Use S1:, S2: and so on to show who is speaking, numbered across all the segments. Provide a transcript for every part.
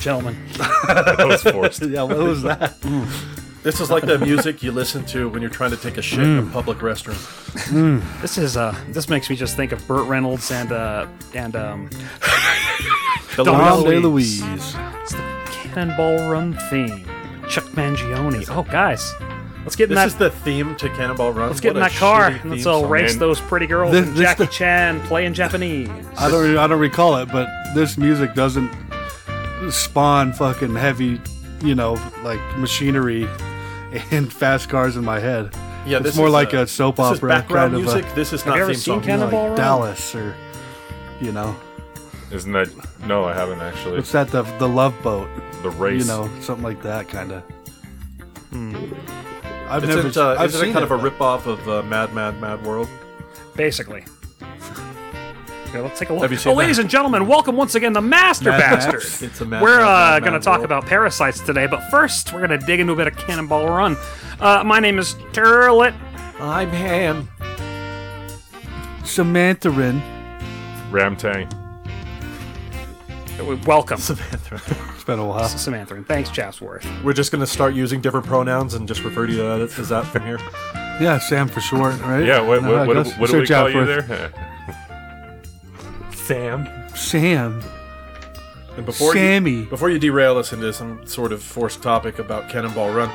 S1: Gentlemen.
S2: That was forced.
S1: Yeah, what was that?
S3: This is like the music you listen to when you're trying to take a shit in a public restroom.
S1: This is uh this makes me just think of Burt Reynolds and uh and um
S3: The
S1: Don't
S3: Louis-
S1: know.
S2: Day Louise.
S1: it's the Cannonball Run theme. Chuck Mangione. Oh guys. Let's get in that
S3: This is the theme to Cannonball Run.
S1: let's get in
S3: What a
S1: that car
S3: shitty
S1: and let's
S3: theme
S1: all
S3: song.
S1: race
S2: Man.
S1: those pretty girls
S4: This-
S1: and
S4: this-
S1: Jackie Chan playing Japanese.
S4: I don't I don't recall it, but this music doesn't spawn fucking heavy, you know, like machinery and fast cars in my head.
S3: Yeah,
S4: it's
S3: this
S4: more
S3: is
S4: like
S3: a-
S4: a soap
S3: This is
S4: opera
S3: background
S4: kind of
S3: music.
S4: a,
S3: This is
S1: Have
S3: not
S1: you ever
S3: theme
S1: seen
S3: song.
S4: you know,
S1: Cannonball
S4: like
S1: Run?
S4: Dallas or you know,
S2: Isn't that? No, I haven't actually.
S4: it's that the the Love Boat,
S2: the race.
S4: you know, something like that kind of.
S2: Hmm.
S4: I've
S3: Isn't,
S4: never.
S3: it, uh,
S4: I've
S3: isn't it
S4: seen
S3: kind of a
S4: but-
S3: rip-off of uh, Mad Mad Mad World?
S1: Basically. Okay, let's take a look.
S3: Have you
S1: oh,
S3: seen
S1: ladies and gentlemen, welcome once again to Master
S4: Mad Max.
S1: Bastard.
S3: It's a Mad
S1: we're
S3: Mad,
S1: uh,
S3: Mad,
S1: going to
S3: Mad
S1: talk
S3: World.
S1: about parasites today, but first we're going to dig into a bit of Cannonball Run. Uh, my name is Turlet.
S3: I'm Ham.
S4: Samantha Rin.
S2: Ramtang.
S1: Welcome,
S4: It's been a while.
S1: Samantha, and thanks, Chapsworth.
S3: We're just gonna start using different pronouns and just refer to you that as that from here.
S4: Yeah, Sam for short, right?
S2: Yeah. What?
S4: No, I
S2: What, what,
S4: guess-
S2: what do
S4: Sir
S2: we call you
S4: Chatsworth.
S2: there?
S3: Sam.
S4: Sam.
S3: And before
S4: Sammy.
S3: you before you derail us into some sort of forced topic about Cannonball Run,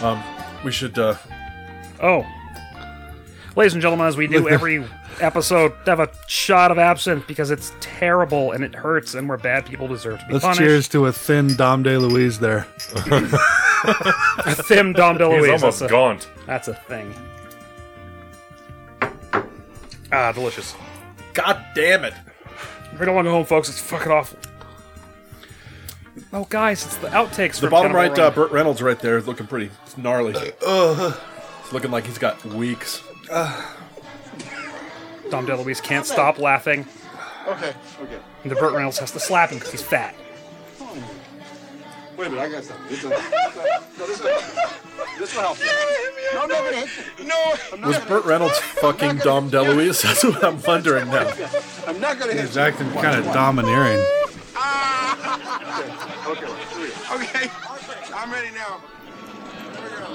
S3: um, we should uh,
S1: Oh, ladies and gentlemen, as we do every episode, have a shot of absinthe because it's terrible and it hurts, and we're bad people deserve to be
S4: Let's
S1: punished.
S4: cheers to a thin Dom De Louise there.
S1: Thim Dom
S2: He's
S1: DeLuise.
S2: almost
S1: That's, a-
S2: gaunt.
S1: that's a thing. Ah, delicious.
S3: God damn it.
S1: Bring along home, folks. It's fucking awful. Oh, guys, it's the outtakes.
S3: The bottom right, uh, Burt Reynolds right there is looking pretty it's gnarly. It's looking like he's got weeks.
S1: Dom DeLuise can't stop laughing.
S5: Okay, okay.
S1: And the Burt Reynolds has to slap him because he's fat.
S5: Wait a minute, I got something. This will, no, this will help you. This will help you. No, I'm not gonna hit you. No, I'm not
S3: Was
S5: gonna,
S3: Burt Reynolds fucking Dom DeLuise? That's what I'm wondering now.
S5: I'm not gonna hit
S4: He's acting kind of domineering.
S5: you. Okay, here we go. okay. I'm ready now. Here we go.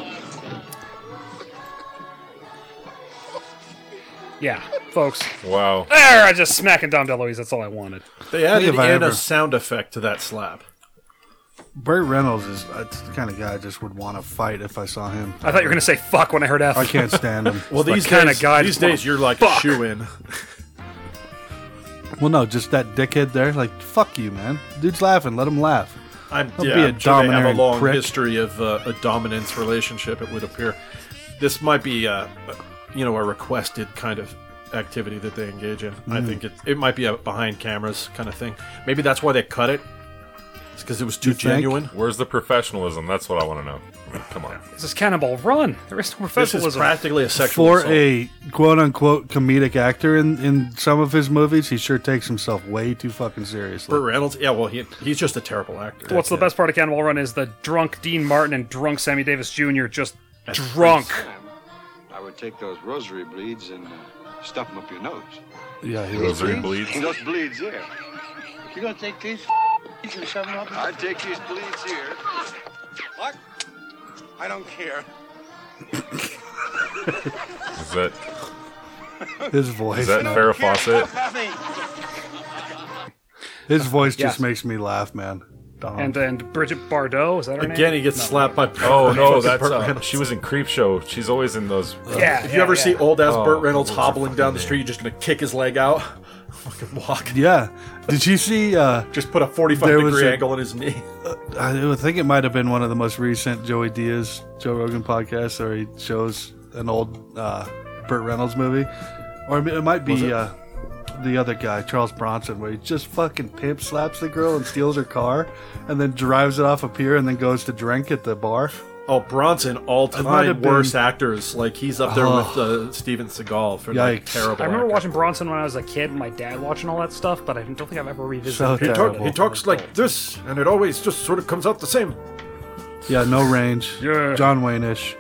S1: Yeah, folks.
S2: Wow.
S1: There, I just smacking Dom DeLuise. That's all I wanted.
S3: They added
S4: if I
S3: in
S4: ever-
S3: a sound effect to that slap.
S4: Burt Reynolds is that's the kind of guy I just would want to fight if I saw him.
S1: I thought you were gonna say fuck when I heard F.
S4: I can't stand him.
S3: Well,
S1: the
S3: these
S1: kinda
S3: days,
S1: guy
S3: these
S1: that wanna
S3: days you're like
S1: fuck.
S3: a shoe in.
S4: well, no, just that dickhead there. Like, fuck you, man. Dude's laughing. Let him laugh.
S3: I'm
S4: Don't
S3: yeah,
S4: be a
S3: I'm sure they have a
S4: domineering
S3: long
S4: prick.
S3: history of uh, a dominance relationship. It would appear. This might be, uh, you know, a requested kind of activity that they engage in.
S4: Mm.
S3: I think it it might be a behind cameras kind of thing. Maybe that's why they cut it. It's because it was too
S4: think?
S3: genuine.
S2: Where's the professionalism? That's what I want to know. Come on.
S1: This is Cannonball Run. There is no
S3: This is
S1: professionalism.
S3: practically a sexual
S4: For
S3: assault.
S4: a quote unquote comedic actor in, in some of his movies, he sure takes himself way too fucking seriously.
S3: Burt Reynolds. Yeah, well, he, he's just a terrible actor.
S1: What's the best part of Cannonball Run is the drunk Dean Martin and drunk Sammy Davis Jr. just drunk.
S5: I would take those rosary bleeds and uh, stuff them up your nose.
S4: Yeah, he was.
S2: Those are bleeds.
S5: Those bleeds here. You gonna take these and shove them up? I take these bleeds here. What? I don't care.
S2: Is that
S4: His
S2: is
S4: voice.
S2: that
S4: man.
S2: Farrah Fawcett?
S4: His voice just
S1: Yes.
S4: makes me laugh, man. Dom.
S1: And and Bridget Bardot is that her name?
S3: Again, he gets
S1: No.
S3: slapped by.
S2: Oh no,
S3: fucking
S2: that's
S3: Burt
S2: uh,
S3: Reynolds.
S2: she was in Creep Show. She's always in those. uh,
S1: Yeah.
S3: If
S1: yeah,
S3: you ever
S1: yeah.
S3: see old ass
S2: Oh,
S3: Burt Reynolds
S2: what was her
S3: hobbling down the
S2: fucking
S3: street, you're just gonna kick his leg out, fucking walk.
S4: yeah. Did you see? uh
S3: Just put a 45
S4: There was
S3: degree
S4: a-
S3: angle on his knee.
S4: I would think it might have been one of the most recent Joey Diaz Joe Rogan podcasts, where he shows an old uh, Burt Reynolds movie, or it might be Uh, the other guy, Charles Bronson, where he just fucking pimp slaps the girl and steals her car, and then drives it off a pier and then goes to drink at the bar.
S3: Oh, Bronson, all
S4: might have
S3: time
S4: been-
S3: worst actors. Like he's up there with uh, Steven Seagal for like
S4: Yikes.
S3: terrible.
S1: I remember
S3: actor.
S1: watching Bronson when I was a kid, and my dad watching all that stuff, but I don't think I've ever revisited.
S4: So
S1: it.
S4: He talk-
S3: He talks like this, and it always just sort of comes out the same.
S4: Yeah, no range.
S1: Yeah.
S4: John Wayne ish.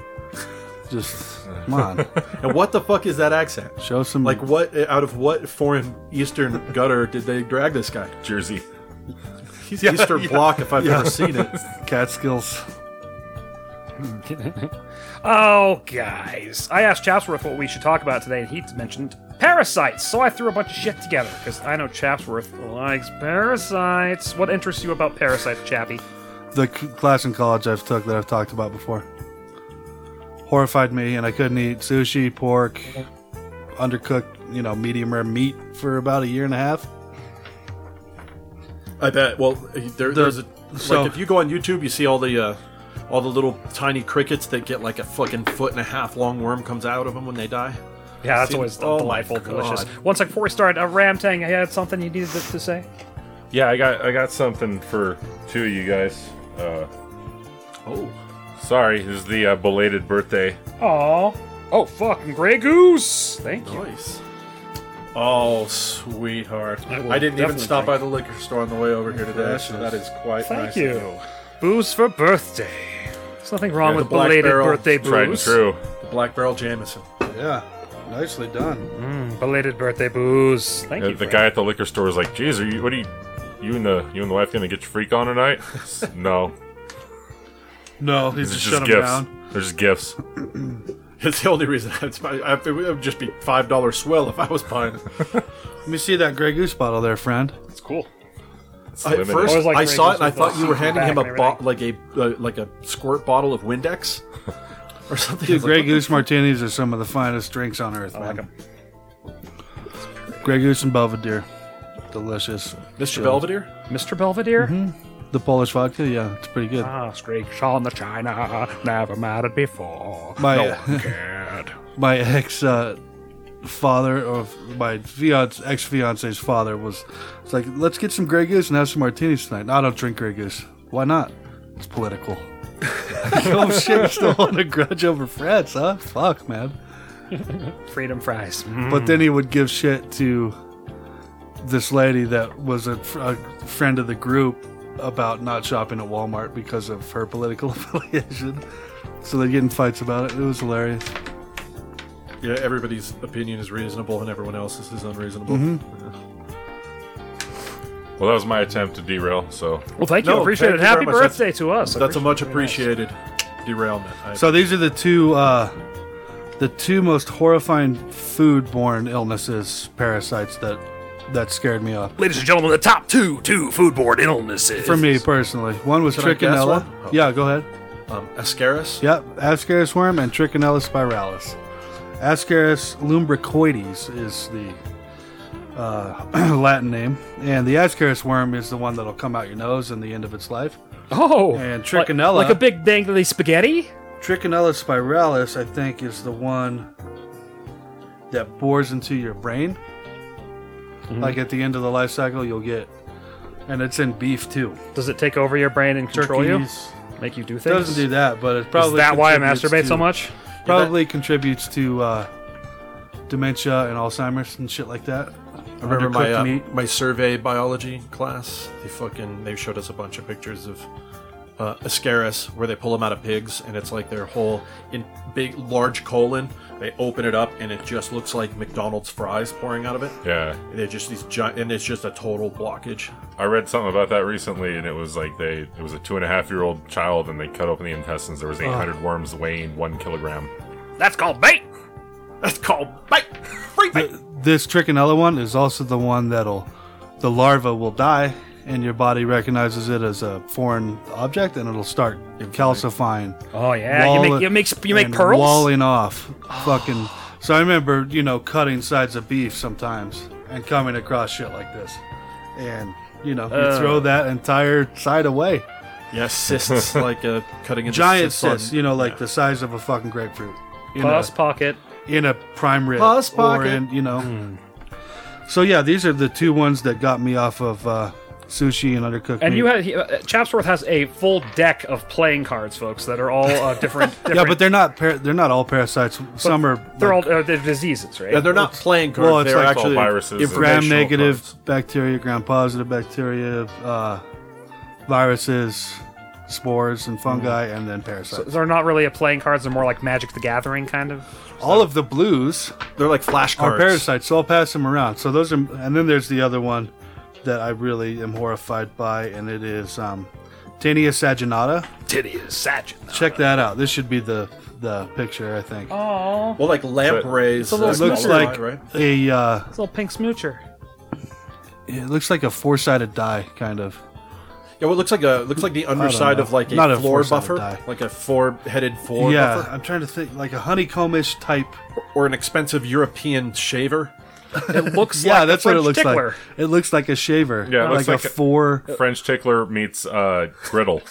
S4: Just come on,
S3: And what the fuck is that accent?
S4: show some
S3: Like what? Out of what foreign Eastern gutter did they drag this guy?
S2: Jersey.
S3: He's Eastern Bloc if I've ever seen it.
S4: Catskills.
S1: Oh, guys. I asked Chapsworth what we should talk about today, and he mentioned parasites. So I threw a bunch of shit together, because I know Chapsworth likes parasites. What interests you about parasites, Chappie?
S4: The c- class in college I've took that I've talked about before horrified me, and I couldn't eat sushi, pork, undercooked, you know, medium rare meat for about a year and a half.
S3: I bet. Well, there, there's a
S4: so-
S3: like if you go on YouTube, you see all the uh, all the little tiny crickets that get like a fucking foot and a half long worm comes out of them when they die.
S1: Yeah, that's
S3: See,
S1: always
S3: oh my
S1: delightful, delicious.
S3: God.
S1: Once, like, before we started, uh, Ram Tang, I had something you needed to, to say.
S2: Yeah, I got I got something for two of you guys. Uh,
S3: Oh,
S2: sorry, it was the uh, belated birthday.
S1: Aw. Oh, fucking Grey Goose! Thank you.
S3: nice. Oh, sweetheart!
S1: I will
S3: I, didn't even
S1: definitely drink.
S3: stop by the liquor store on the way over here today, so
S4: Gracious.
S3: that is quite
S1: Thank
S3: nice.
S1: you.
S3: Of you.
S1: Booze for birthday. There's nothing wrong
S3: Yeah,
S1: with
S3: the Black
S1: belated
S3: Barrel.
S1: birthday booze.
S2: Tried and true.
S3: The Black Barrel Jameson.
S4: Yeah, nicely done.
S1: Mm, belated birthday booze. Thank
S2: Uh,
S1: you.
S2: the
S1: Ram.
S2: guy at the liquor store was like, "Geez, are you? What are you? You and the you and the wife gonna get your freak on tonight?" S- no,
S4: No, he's
S2: it's
S4: just,
S2: just,
S4: shut him
S2: gifts.
S4: down.
S2: They're just gifts.
S3: It's the only reason. It's my, I, it would just be five dollar swill if I was buying. it.
S4: Let me see that Grey Goose bottle there, friend.
S1: It's cool.
S2: It's
S3: I,
S2: limited.
S3: at first,
S1: Always like
S3: I saw
S1: Reagan's
S3: it and I
S1: with
S3: thought
S1: the
S3: you were
S1: secret
S3: handing him
S1: back
S3: a
S1: and
S3: bo- like a uh, like a squirt bottle of Windex or something. I
S4: Dude,
S3: was like,
S4: Grey Goose martinis are some of the finest drinks on earth, man.
S1: like 'em.
S4: Grey Goose and Belvedere. Delicious.
S3: Mr. Belvedere.
S1: Mr. Belvedere?
S4: The Polish vodka, yeah, it's pretty good.
S1: Ah, streaks on the china. Never mattered before.
S4: My-
S1: no one cared.
S4: my ex uh, father or my fiance ex fiance's father was it's like let's get some Grey Goose and have some martinis tonight. No, I don't drink Grey Goose. Why not? It's political. oh shit! You still hold a grudge over France, huh? Fuck, man.
S1: Freedom fries. Mm.
S4: But then he would give shit to this lady that was a, fr- a friend of the group about not shopping at Walmart because of her political affiliation. So they get in fights about it. It was hilarious.
S3: Yeah, everybody's opinion is reasonable and everyone else's is unreasonable.
S1: Mm-hmm.
S2: well, that was my attempt to derail. So
S1: Well, thank you.
S3: No,
S1: Appreciate
S3: thank
S1: it.
S3: you
S1: Happy
S3: very much. That's-
S1: birthday to us.
S3: That's a much
S1: Appreciate
S3: appreciated derailment. I,
S4: So these are the two uh, the two most horrifying foodborne illnesses, parasites that that scared me off.
S1: Ladies and gentlemen, the top two two foodborne illnesses.
S4: For me personally, one was
S3: Can I guess
S4: trichinella.
S3: one? Oh.
S4: Yeah, go ahead.
S3: um, Ascaris.
S4: Yep, Ascaris worm and Trichinella spiralis. Ascaris lumbricoides is the uh, Latin name, and the Ascaris worm is the one that'll come out your nose in the end of its life.
S1: Oh,
S4: And
S1: like-
S4: trichinella.
S1: like, a big dangly spaghetti.
S4: Trichinella spiralis, I think, is the one that bores into your brain.
S1: Mm-hmm.
S4: Like at the end of the life cycle, you'll get, and it's in beef too.
S1: Does it take over your brain and control
S4: Turkeys
S1: you? Make you do things?
S4: doesn't do that, but it probably
S1: Is that why I
S4: contributes
S1: masturbate
S4: to-
S1: so much?
S4: Probably contributes to uh, dementia and Alzheimer's and shit like that.
S3: I remember my
S4: Undercooked
S3: uh,
S4: meat.
S3: my survey biology class. They fucking they showed us a bunch of pictures of uh, Ascaris where they pull them out of pigs and it's like their whole in big large colon. They open it up and it just looks like McDonald's fries pouring out of it.
S2: yeah,
S3: And they're just these giant and it's just a total blockage.
S2: I read something about that recently, and it was like they it was a two and a half year old child, and they cut open the intestines. There was 800 worms weighing one kilogram.
S1: That's called bait.
S3: That's called bite. Free bite.
S4: This trichinella one is also the one that'll, the larva will die, and your body recognizes it as a foreign object, and it'll start calcifying.
S1: Oh yeah, you
S4: wall-
S1: make you make you make
S4: and
S1: pearls. Oh.
S4: Walling off, fucking. So I remember, you know, cutting sides of beef sometimes and coming across shit like this, and you know, you
S1: Uh.
S4: throw that entire side away.
S3: Yeah, cysts like uh, cutting into
S4: Giant
S3: cysts on-
S4: cyst, you know, like the size of a fucking grapefruit. In
S1: Bus
S4: a,
S1: pocket.
S4: in a prime rib,
S3: Pus pocket.
S4: or in you know.
S1: Hmm.
S4: So yeah, these are the two ones that got me off of uh, sushi and undercooked.
S1: And
S4: meat.
S1: you had he- uh, Chapsworth has a full deck of playing cards, folks, that are all uh, different, different.
S4: yeah, but they're not par- they're not all parasites. Some are
S1: they're
S4: like,
S1: all uh, they're diseases, right?
S3: Yeah, they're not playing cards.
S4: well, it's
S3: they're
S4: like
S2: all
S3: actually
S2: viruses and-
S4: gram
S3: informational
S4: negative
S3: cards.
S4: bacteria, gram positive bacteria, uh, viruses, spores, and fungi, and then parasites.
S1: they're not really a playing cards. They're more like Magic the Gathering kind of.
S4: all of the blues
S3: They're like flashcards.
S4: are parasites, so I'll pass them around. So those are, and then there's the other one that I really am horrified by, and it is um, Tania Saginata.
S1: Titty is Satchin.
S4: Check that out. This should be the the picture, I think.
S1: Oh,
S3: Well, like lamp
S2: So-
S3: rays.
S1: a little
S3: that's
S4: it looks
S3: color,
S4: like
S3: right?
S4: a uh,
S1: it's a little pink smoocher.
S4: it looks like a four sided die, kind of.
S3: Yeah, well, it looks like a looks like the underside
S4: know.
S3: of like a
S4: Not a
S3: floor
S4: four-sided
S3: buffer,
S4: die.
S3: like a four-headed floor
S4: yeah,
S3: buffer,
S4: I'm trying to think like a honeycombish type.
S3: or an expensive European shaver.
S1: It looks
S4: yeah,
S1: like
S4: that's
S1: the
S4: what it
S1: French
S4: looks
S1: tickler.
S4: like. It looks like a shaver.
S2: Yeah, it
S4: like,
S2: looks
S4: a,
S2: like a- Mm.
S4: four.
S2: French tickler meets uh, griddle.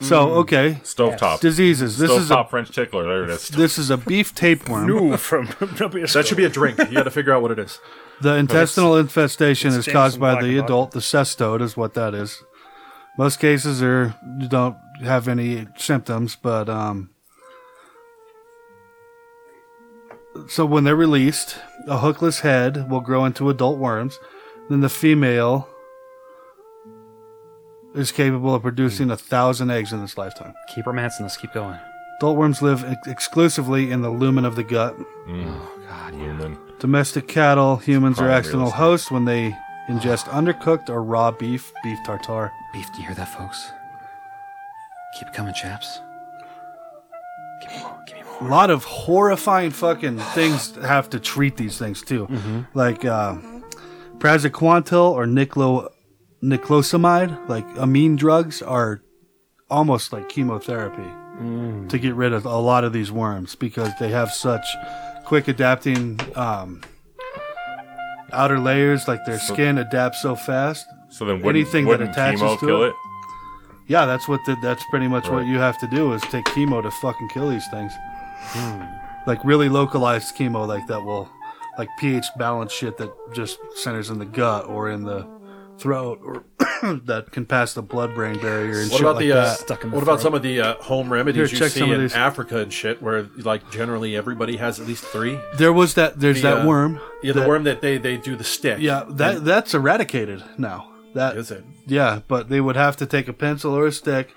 S4: so okay,
S2: Stovetop.
S4: diseases. This is
S2: Stovetop
S4: a
S2: French tickler. There it is.
S4: this is a beef tapeworm.
S1: Ooh, from
S3: That should be a drink. You got to figure out what it is.
S4: The intestinal infestation is
S1: Jameson
S4: caused by the
S1: Blackenbach.
S4: adult. The cestode is what that is. Most cases are you don't have any symptoms, but um. So when they're released, a hookless head will grow into adult worms. Then the female is capable of producing a thousand eggs in this lifetime.
S1: Keep romancing this. Keep going.
S4: Adult worms live ex- exclusively in the lumen of the gut.
S2: Lumen.
S4: Domestic cattle, humans are
S2: Oh, Probably
S4: accidental
S2: realistic.
S4: hosts when they ingest undercooked or raw beef, beef tartare.
S6: Beef, do you hear that, folks? Keep it coming, chaps. Give me more, give me
S4: A
S6: more.
S4: lot of horrifying fucking things have to treat these things too, like uh, praziquantel or niclo, niclosamide, like amine drugs are almost like chemotherapy to get rid of a lot of these worms because they have such quick adapting um, outer layers, like their skin adapts so fast.
S2: So then, wouldn't,
S4: Anything that
S2: wouldn't
S4: attaches
S2: chemo
S4: to
S2: kill
S4: it?
S2: it?
S4: Yeah, that's what the, that's pretty much what
S2: Right.
S4: you have to do is take chemo to fucking kill these things.
S3: Hmm.
S4: Like really localized chemo, like that will, like pH balance shit that just centers in the gut or in the throat, or that can pass the blood-brain barrier and
S3: What
S4: shit
S3: about
S4: like
S3: the, uh,
S4: that.
S1: Stuck in the
S3: what about
S1: throat.
S3: some of the uh, home remedies
S4: Here,
S3: you
S4: check
S3: see
S4: some of
S3: in
S4: these.
S3: Africa and shit, where like generally everybody has at least three?
S4: There was that. There's
S3: The,
S4: that
S3: uh,
S4: worm.
S3: Yeah, the
S4: that-
S3: worm that they they do the stick.
S4: Yeah, that that's eradicated now. That
S3: is it,
S4: Yeah, but they would have to take a pencil or a stick,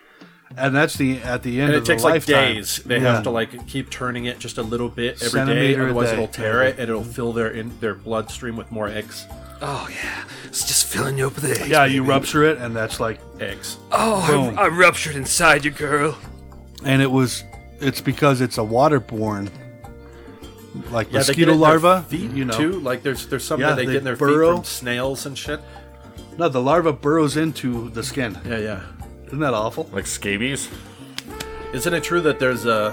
S4: and that's the at the end
S3: and
S4: of
S3: it takes
S4: the
S3: like
S4: lifetime.
S3: days. They
S4: Yeah.
S3: have to like keep turning it just a little bit every day,
S4: Centimeter a
S3: otherwise
S4: day.
S3: it'll tear it and it'll fill their in their bloodstream with more eggs.
S6: Oh, yeah. It's just filling you up with eggs.
S4: Yeah, you rupture it, and that's like
S3: Eggs.
S6: Oh, I, I ruptured inside you, girl.
S4: and it was it's because it's a waterborne like
S3: Yeah, they get
S4: mosquito
S3: it in their
S4: larva
S3: feet,
S4: you know
S3: too. Like there's there's something
S4: Yeah,
S3: that they,
S4: they
S3: get in their
S4: burrow.
S3: feet from snails and shit.
S4: no the larva burrows into the skin
S3: Yeah, yeah.
S4: isn't that awful
S2: Like scabies?
S3: Isn't it true that there's a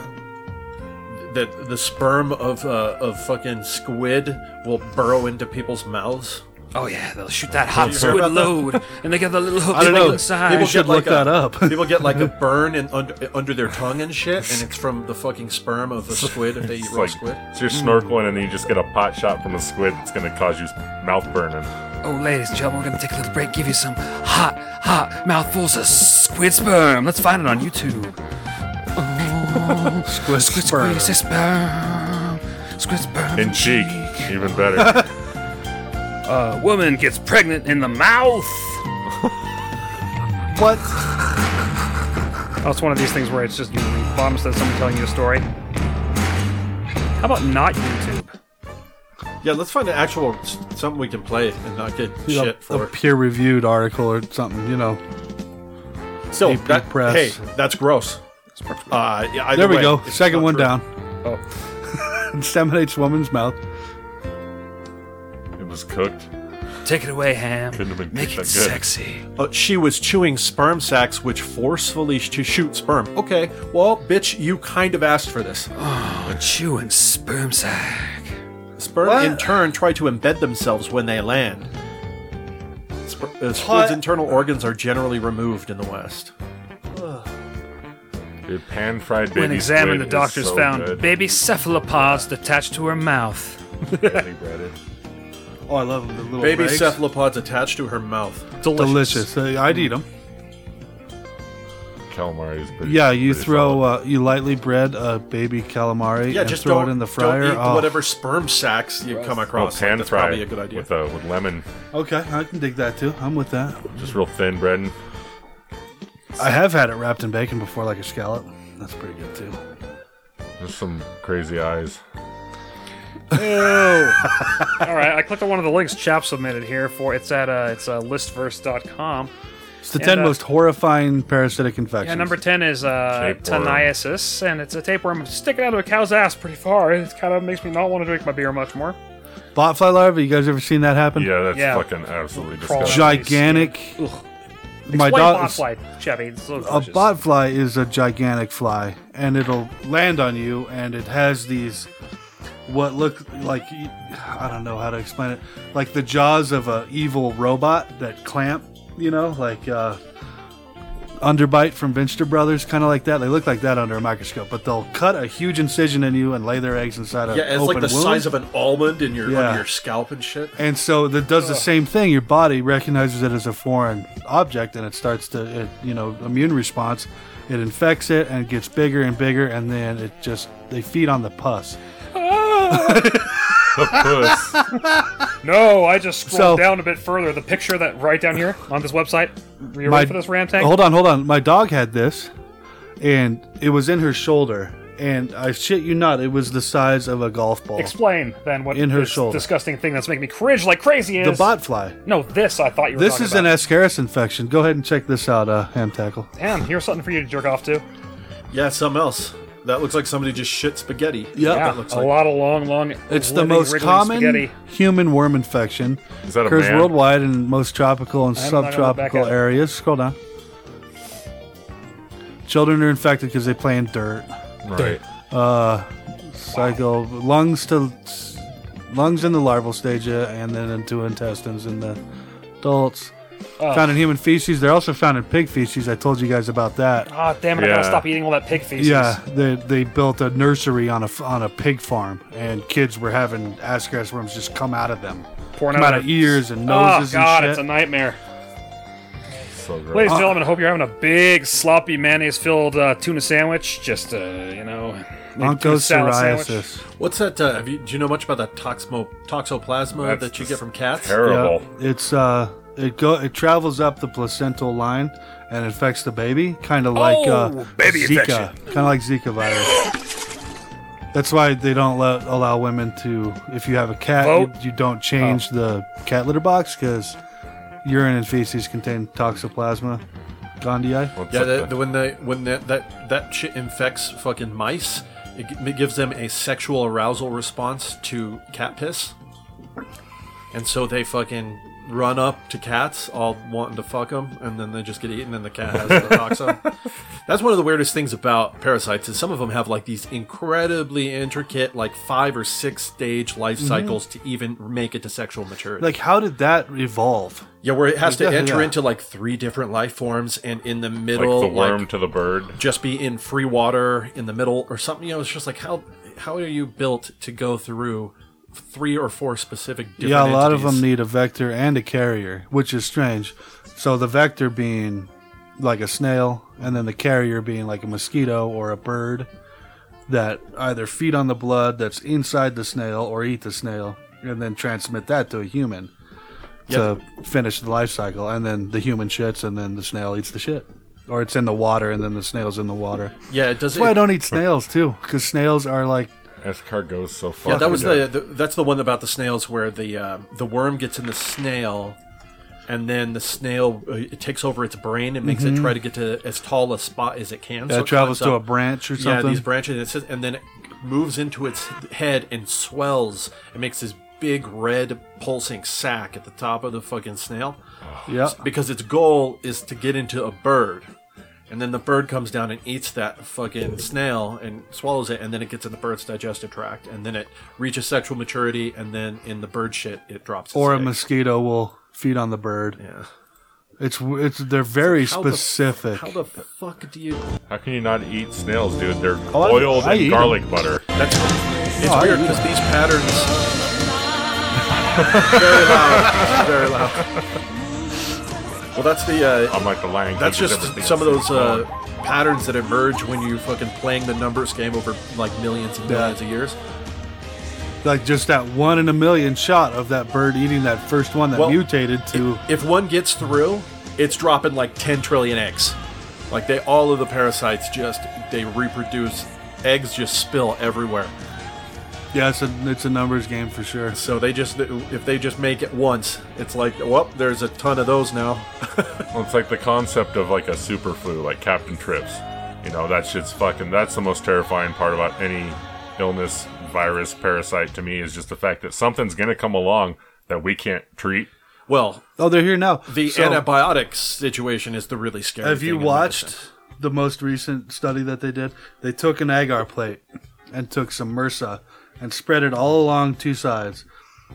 S3: that the sperm of uh, of fucking squid will burrow into people's mouths?
S6: Oh, yeah. They'll shoot that hot
S3: heard
S6: squid
S3: about that?
S6: load. and they got the little hook
S4: I don't know.
S6: inside.
S4: People should look
S3: a,
S4: that up.
S3: people get like a burn in, under under their tongue and shit, and it's from the fucking sperm of a squid if they eat
S2: It's
S3: raw
S2: like,
S3: squid.
S2: so
S4: Hmm.
S2: you're snorkeling and then you just get a pot shot from a squid that's going to cause you mouth burning.
S6: Oh, ladies and gentlemen, we're gonna take a little break, give you some hot, hot mouthfuls of squid sperm. Let's find it on YouTube.
S4: squid
S6: Squid sperm. Squid sperm. Squid sperm.
S2: In cheek. Even better.
S1: A woman gets pregnant in the mouth.
S4: what
S1: Oh, it's one of these things where it's just you bomb says someone telling you a story. How about not YouTube?
S3: Yeah, let's find an actual s- something we can play and not get
S4: You know,
S3: shit
S4: a
S3: for.
S4: peer-reviewed article or something you know
S3: Still,
S4: AP
S3: that,
S4: press.
S3: hey, that's gross. Uh, yeah, either
S4: there we
S3: way,
S4: go
S3: it's
S4: second
S3: not
S4: one
S3: true.
S4: down
S1: Oh,
S4: inseminates woman's mouth
S2: it was cooked.
S6: Take it away, ham.
S2: Couldn't have been
S6: Make
S2: that
S6: it
S2: good.
S6: sexy.
S3: Uh, she was chewing sperm sacks, which forcefully to shoot sperm. Okay, well, bitch, you kind of asked for this.
S6: Oh, chewing sperm sack.
S3: Sperm
S4: What?
S3: in turn try to embed themselves when they land. Sper- uh, squid's
S4: What?
S3: internal organs are generally removed in the West.
S2: Dude, pan fried baby
S1: when examined, the
S2: squid is
S1: doctors
S2: so
S1: found
S2: good.
S1: baby cephalopods attached to her mouth.
S2: Barely breaded.
S4: oh i love them the little
S3: Baby
S4: legs.
S3: cephalopods attached to her mouth.
S4: delicious, Uh, i'd eat them
S2: Calamari is pretty
S4: yeah you
S2: pretty
S4: throw
S2: solid.
S4: uh, you lightly bread a baby calamari
S3: Yeah,
S4: and
S3: just
S4: throw
S3: don't,
S4: it in the
S3: don't
S4: fryer
S3: eat
S4: Oh,
S3: whatever sperm sacks you come
S2: Well,
S3: across.
S2: pan
S3: Like, that's
S2: fried
S3: probably a good idea.
S2: With, uh, with lemon.
S4: okay i can dig that too i'm with that
S2: Just real thin breading.
S4: I have had it wrapped in bacon before, like a scallop. That's pretty good too.
S2: Just some crazy eyes.
S1: Ew. All right, I clicked on one of the links Chap submitted here for it's at uh, it's uh, listverse.com.
S4: It's the ten
S1: uh,
S4: most horrifying parasitic infections.
S1: Yeah, number 10 is uh,
S2: Tapeworm.
S1: toniasis, and it's a tapeworm sticking out of a cow's ass pretty far. It kind of makes me not want to drink my beer much more.
S4: Botfly larvae. You guys ever seen that happen?
S2: Yeah, that's
S1: Yeah.
S2: fucking absolutely
S1: Crawl
S2: disgusting.
S1: out.
S4: Gigantic. My
S1: My
S4: dog.
S1: botfly, Chappy. It's so
S4: A
S1: delicious.
S4: botfly is a gigantic fly, and it'll land on you, and it has these what look like I don't know how to explain it, like the jaws of a evil robot that clamp, you know, like uh, underbite from Venture Brothers, kind of like that. They look like that under a microscope, but they'll cut a huge incision in you and lay their eggs inside a
S3: Yeah, it's like
S4: open
S3: the
S4: wound.
S3: size of an almond in your
S4: Yeah.
S3: under your scalp and shit.
S4: and so that does the same thing. Your body recognizes it as a foreign object, and it starts to, it, you know, immune response. It infects it and it gets bigger and bigger, and then it just they feed on the pus.
S2: Puss.
S1: Ah! No, I just scrolled
S4: So-
S1: down a bit further. The picture that right down here on this website. Are you
S4: My-
S1: ready for this rant tank?
S4: Hold on, hold on. My dog had this, and it was in her shoulder, and I shit you not, it was the size of a golf ball.
S1: Explain then what
S4: In her
S1: this
S4: shoulder.
S1: disgusting thing that's making me cringe like crazy
S4: the
S1: is.
S4: botfly.
S1: no, this I thought you were
S4: This
S1: talking
S4: is an
S1: about.
S4: Ascaris infection. Go ahead and check this out, uh, ham tackle.
S1: Damn, here's something for you to jerk off to.
S3: Yeah, something else. That looks like somebody just shit spaghetti.
S4: Yeah.
S1: Yeah,
S3: that looks
S1: a
S3: like.
S1: lot of long, long.
S4: It's the
S1: living,
S4: most
S1: wriggling
S4: common
S1: Spaghetti.
S4: human worm infection.
S2: Is that a
S4: occurs
S2: man?
S4: worldwide in most tropical and
S1: I'm not gonna look back
S4: subtropical
S1: at it.
S4: areas. Scroll down. Children are infected because they play in dirt.
S2: Right.
S4: Cycle lungs to lungs in the larval stage, uh, and then into intestines in the adults.
S1: Oh.
S4: Found in human feces. They're also found in pig feces. I told you guys about that.
S1: Ah, damn it! I gotta
S2: Yeah.
S1: stop eating all that pig feces.
S4: Yeah, they, they built a nursery on a f- on a pig farm, and kids were having Ascaris worms just come out of them,
S1: pouring
S4: come out
S1: their-
S4: of ears and
S1: Oh
S4: noses
S1: god,
S4: and
S1: it's a
S4: shit. Ah.
S1: nightmare.
S2: So gross.
S1: Ladies and gentlemen, hope you're having a big sloppy mayonnaise-filled uh, tuna sandwich. Just uh, you know, make tuna salad sandwich.
S4: Onchocerciasis.
S3: What's that? Uh, have you, do you know much about that toxmo, toxoplasma
S2: That's
S3: that you
S2: just
S3: get from cats?
S2: Terrible.
S4: Yeah, it's uh, it go it travels up the placental line and infects the baby, kind of like uh,
S2: Oh, baby
S4: Zika,
S2: infection.
S4: kind of like Zika virus. That's why they don't let, allow women to, if you have a cat, you,
S1: Vote.
S4: you don't change
S2: Oh.
S4: the cat litter box because urine and feces contain toxoplasma gondii.
S2: What's
S3: Yeah, the,
S2: up there?
S3: the, when the when that that that shit infects fucking mice, it, gi- it gives them a sexual arousal response to cat piss, and so they fucking run up to cats, all wanting to fuck them, and then they just get eaten, and the cat has the toxin. That's one of the weirdest things about parasites is some of them have like these incredibly intricate, like five or six stage life
S2: Mm-hmm.
S3: cycles to even make it to sexual maturity.
S4: Like, how did that evolve?
S3: yeah, where it has to
S4: Yeah,
S3: enter
S4: yeah.
S3: into like three different life forms, and in the
S2: like
S3: middle,
S2: the worm
S3: like,
S2: to the bird.
S3: just be in free water in the middle or something. You know, it's just like how how are you built to go through three or four specific different
S4: yeah, a lot of
S3: entities?
S4: them need a vector and a carrier, which is strange. So the vector being like a snail, and then the carrier being like a mosquito or a bird that either feed on the blood that's inside the snail or eat the snail, and then transmit that to a human to finish the life cycle. And then the human shits, and then the snail eats the shit. Or it's in the water, and then the snail's in the water.
S3: Yeah, it does.
S4: That's why I
S3: It,
S4: don't eat snails too, because snails are like
S2: Escar goes so far.
S3: yeah, that was the, the that's the one about the snails where the uh, the worm gets in the snail, and then the snail uh, it takes over its brain and makes it try to get to as tall a spot as it can. so
S4: that Mm-hmm. travels
S3: climbs
S4: to a
S3: up.
S4: branch or
S3: Yeah,
S4: something.
S3: these branches, and, it says, and then it moves into its head and swells. It makes this big red pulsing sack at the top of the fucking snail.
S4: yeah.
S3: because its goal is to get into a bird. And then the bird comes down and eats that fucking snail and swallows it, and then it gets in the bird's digestive tract, and then it reaches sexual maturity, and then in the bird shit, it drops. Its
S4: or a
S3: egg.
S4: mosquito will feed on the bird.
S3: Yeah.
S4: It's it's they're very
S3: How the f-
S4: specific.
S3: how the fuck do you?
S2: How can you not eat snails, dude? They're
S4: Oh, I-
S2: oiled
S4: I eat
S2: in
S4: 'em.
S2: garlic butter.
S3: That's it's
S4: Oh, I
S3: weird
S4: didn't
S3: because these patterns. very loud, very loud. Well, that's the uh,
S2: I'm like the lion.
S3: That's
S2: King,
S3: just
S2: everything's
S3: some of those uh,
S2: going.
S3: patterns that emerge when you fucking playing the numbers game over like millions and
S4: Yeah.
S3: millions of years.
S4: like just that one in a million shot of that bird eating that first one that
S3: Well,
S4: mutated to
S3: If one gets through, it's dropping like 10 trillion eggs. Like they, all of the parasites just they reproduce. Eggs just spill everywhere.
S4: Yeah, it's a it's a numbers game for sure.
S3: So they just if they just make it once, it's like well, there's a ton of those now.
S2: Well, it's like the concept of like a super flu, like Captain Trips. You know, that shit's fucking. That's the most terrifying part about any illness, virus, parasite to me is just the fact that something's gonna come along that we can't treat.
S3: Well,
S4: Oh, they're here now.
S3: the
S4: So,
S3: antibiotic situation is the really scary.
S4: Have you
S3: thing in
S4: watched
S3: medicine.
S4: the most recent study that they did? They took an agar plate and took some MRSA and spread it all along two sides.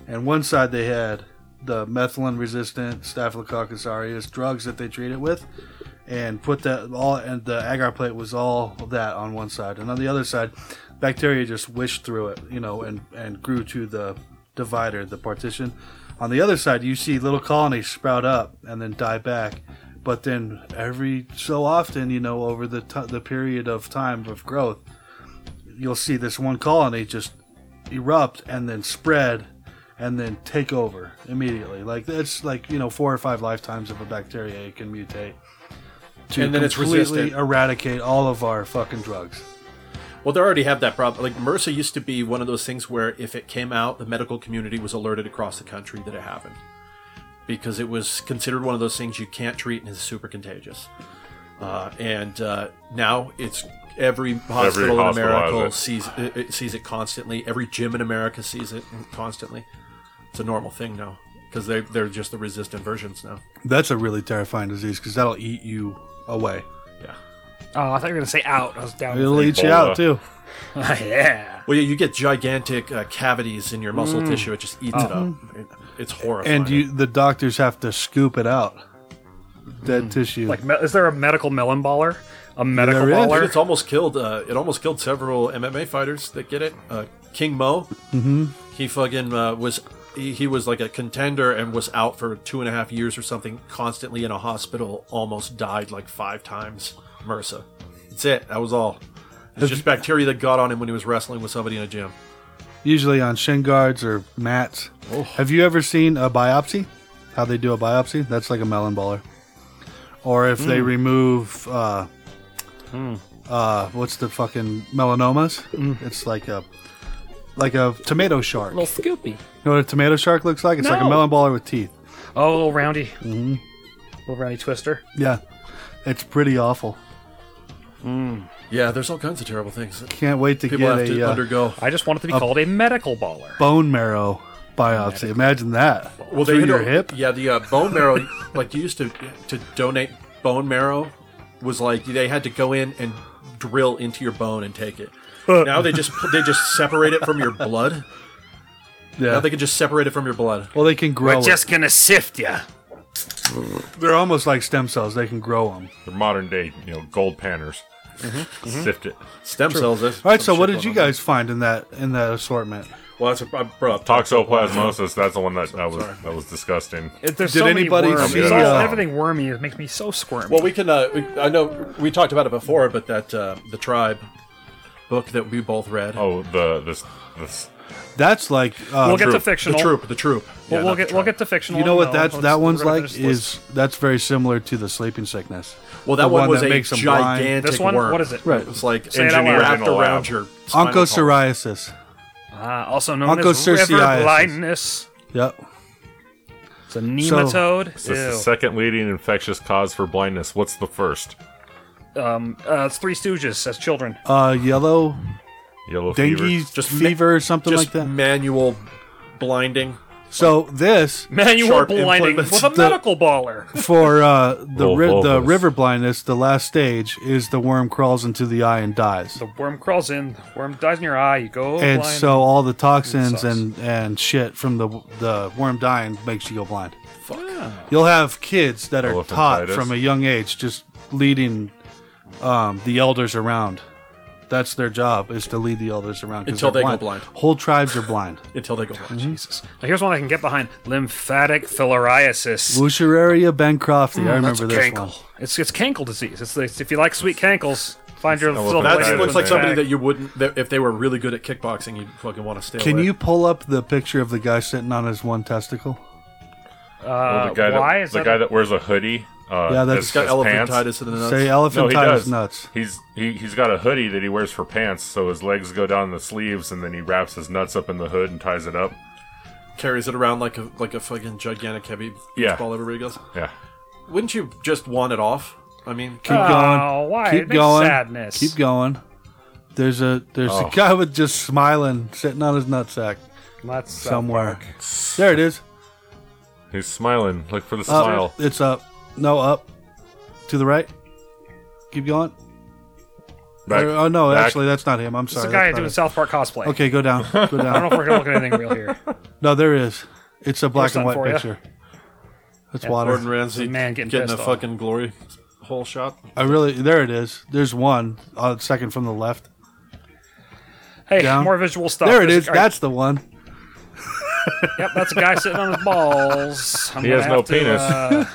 S4: And one side they had the methylene resistant Staphylococcus aureus drugs that they treat it with, and put that all and the agar plate was all of that on one side, and on the other side, bacteria just wished through it, you know, and and grew to the divider, the partition. On the other side, you see little colonies sprout up and then die back, but then every so often, you know, over the t- the period of time of growth, you'll see this one colony just erupt and then spread and then take over immediately. Like that's like you know four or five lifetimes of a bacteria it can mutate to
S3: And then it's
S4: completely
S3: resistant.
S4: eradicate all of our fucking drugs.
S3: Well, they already have that problem. Like MRSA used to be one of those things where if it came out, the medical community was alerted across the country that it happened because it was considered one of those things you can't treat and is super contagious. Uh, and uh, now it's every hospital in
S2: hospital has
S3: America
S2: it.
S3: sees it, it sees it constantly. Every gym in America sees it constantly. It's a normal thing now because they they're just the resistant versions now.
S4: That's a really terrifying disease because that'll eat you away.
S3: Yeah.
S1: Oh, I thought you were gonna say out. I was down.
S4: It'll eat you
S2: Ebola.
S4: out too.
S1: yeah.
S3: Well, yeah, you get gigantic uh, cavities in your muscle tissue. It just eats it up. It- it's horrifying.
S4: Mm. Uh-huh. And you, the doctors have to scoop it out. Dead
S3: Hmm.
S4: tissue.
S1: Like, me- is there a medical melon baller? A medical
S4: There is.
S3: Dude,
S1: baller?
S3: it's almost killed. Uh, it almost killed several MMA fighters that get it. Uh, King Mo, mm-hmm. he fucking uh, was. He, he was like a contender and was out for two and a half years or something, constantly in a hospital. Almost died like five times. MRSA. That's it. That was all. It's just bacteria that got on him when he was wrestling with somebody in a gym.
S4: usually on shin guards or mats. Have you ever seen a biopsy? How they do a biopsy? That's like a melon baller. Or if they remove, uh, uh, what's the fucking melanomas? It's like a like a tomato shark. You
S1: little scoopy.
S4: know what a tomato shark looks like? It's like a
S1: No.
S4: melon baller with teeth.
S1: Oh, a little roundy. Mm-hmm. Little roundy twister.
S4: Yeah, it's pretty awful.
S3: Yeah, there's all kinds of terrible things that
S4: Can't wait to
S3: people
S4: get
S3: have to
S4: a uh,
S3: undergo.
S1: I just want it to be called a medical baller.
S4: bone marrow biopsy. Imagine that.
S3: well,
S4: through
S3: had
S4: your
S3: a-
S4: hip?
S3: Yeah, the uh, bone marrow, like you used to to donate bone marrow, was like they had to go in and drill into your bone and take it. now they just they just separate it from your blood. Now
S4: Yeah.
S3: they can just separate it from your blood.
S4: well, they can grow. it.
S1: gonna sift ya.
S4: They're almost like stem cells. They can grow them.
S2: They're modern day, you know, gold panners.
S1: Mm-hmm,
S2: Sift it.
S3: Stem cells. All
S4: All right, so what did you guys find in that in that assortment?
S3: Well, that's what I brought up.
S2: Toxoplasmosis. That's the one that, that was that was disgusting.
S1: There's
S4: Did
S1: so many
S4: anybody
S1: worms.
S2: see,
S1: It's all-
S2: uh,
S1: everything wormy. It makes me so squirmy.
S3: Well, we can. Uh, we, I know we talked about it before, but that uh, the tribe book that we both read.
S2: Oh, the this this
S4: That's like uh,
S1: we'll get to
S2: troop.
S3: the
S1: fictional.
S3: troop. The troop.
S1: We'll,
S3: Yeah,
S1: we'll
S3: not
S1: get
S3: the
S1: we'll
S3: tribe.
S1: get to fictional.
S4: you know what that's
S1: Let's-
S4: that one's
S1: we're gonna
S4: like
S1: finish this.
S4: is that's very similar to the sleeping sickness.
S3: Well,
S4: the
S3: that one,
S4: one
S3: was
S4: that
S3: a
S4: makes 'em blind.
S3: gigantic
S1: This one?
S3: worm.
S1: What is it?
S4: Right.
S3: It's like
S1: Say it out
S3: engineered
S1: loud.
S3: wrapped
S2: In a
S3: around
S2: lab.
S3: your spinal column.
S4: Onchocerciasis.
S1: Ah, also known as
S4: Onchocerciasis.
S1: river blindness.
S4: Yep.
S1: It's a nematode.
S2: this is the
S1: Ew.
S2: second leading infectious cause for blindness. What's the first?
S1: Uh, it's Three Stooges as children.
S4: Uh, yellow
S2: Yellow
S4: dengue
S2: fever.
S4: just
S3: Just
S4: fever or something
S3: Just
S4: like that.
S3: manual blinding.
S4: so this
S1: Manual
S3: Sharp
S1: blinding
S3: implements.
S1: with a
S4: The-
S1: medical baller.
S4: for uh, the
S2: Little
S4: ri- the
S2: vocals.
S4: river blindness, the last stage is the worm crawls into the eye and dies.
S1: The worm crawls in. The worm dies in your eye. You go
S4: And
S1: blind.
S4: so all the toxins
S1: sucks.
S4: and, and shit from the the worm dying makes you go blind. You'll have kids that are taught
S2: Elephantitis.
S4: from a young age, just leading um, the elders around. That's their job is to lead the elders around 'cause
S3: Until
S4: they're
S3: they go blind.
S4: Whole tribes are blind.
S3: Until they go blind.
S1: Jesus. Now here's one I can get behind: lymphatic filariasis.
S4: Wuchereria bancrofti.
S3: Mm,
S4: I
S1: That's
S4: remember this one.
S1: cankle. It's it's cankle disease. It's, it's if you like sweet cankles, find yourself.
S2: elephant
S1: a
S3: That
S2: Right,
S3: looks
S2: that's
S3: like
S2: right.
S3: somebody that you wouldn't. That if they were really good at kickboxing, you'd fucking want to stay.
S4: Can
S3: away.
S4: you pull up the picture of the guy sitting on his one testicle?
S2: Well, Oh, the guy
S1: uh, why
S2: that,
S1: is
S2: the
S1: that
S2: guy
S1: a-
S2: that wears a hoodie Uh,
S4: Yeah, that's-
S2: as-
S4: He's
S3: got
S2: as pants.
S3: elephantitis in the nuts.
S4: Say
S2: No,
S4: elephant
S2: he
S4: tiger's
S2: does.
S4: nuts.
S2: He's he, he's got a hoodie that he wears for pants, so his legs go down the sleeves, and then he wraps his nuts up in the hood and ties it up.
S3: carries it around like a like a fucking gigantic heavy
S2: Yeah.
S3: ball. Everybody goes.
S2: Yeah,
S3: Wouldn't you just want it off? I mean,
S4: Keep
S1: Oh,
S4: going.
S1: why?
S4: Keep
S1: It makes
S4: going.
S1: sadness.
S4: Keep going. There's a there's
S2: Oh.
S4: a guy with just smiling sitting on his nutsack
S1: That's
S4: somewhere. There it is.
S2: he's smiling. Look for the
S4: Up.
S2: smile.
S4: It's up. No up. To the right. Keep going.
S2: Back-
S4: Or- oh no,
S2: back.
S4: actually that's not him. I'm
S1: It's
S4: sorry.
S1: a guy
S4: that's not
S1: doing
S4: him.
S1: South Park cosplay.
S4: Okay, go down. Go
S1: I don't
S4: down.
S1: know if we're gonna look at anything real here.
S4: no, there is. It's a black
S1: Here's
S4: and
S1: something
S4: white
S1: for ya.
S4: picture. That's water.
S3: Gordon Ramsay
S1: man getting
S3: a
S1: pissed off.
S3: fucking glory hole shot.
S4: I really there it is. There's one uh, second from the left.
S1: Hey,
S4: Down.
S1: more visual stuff.
S4: there it
S1: Oh, There's a-
S4: is. That's the one.
S1: yep. That's a guy sitting on his balls. I'm
S2: He
S1: gonna
S2: has no
S1: have to,
S2: penis.
S1: uh,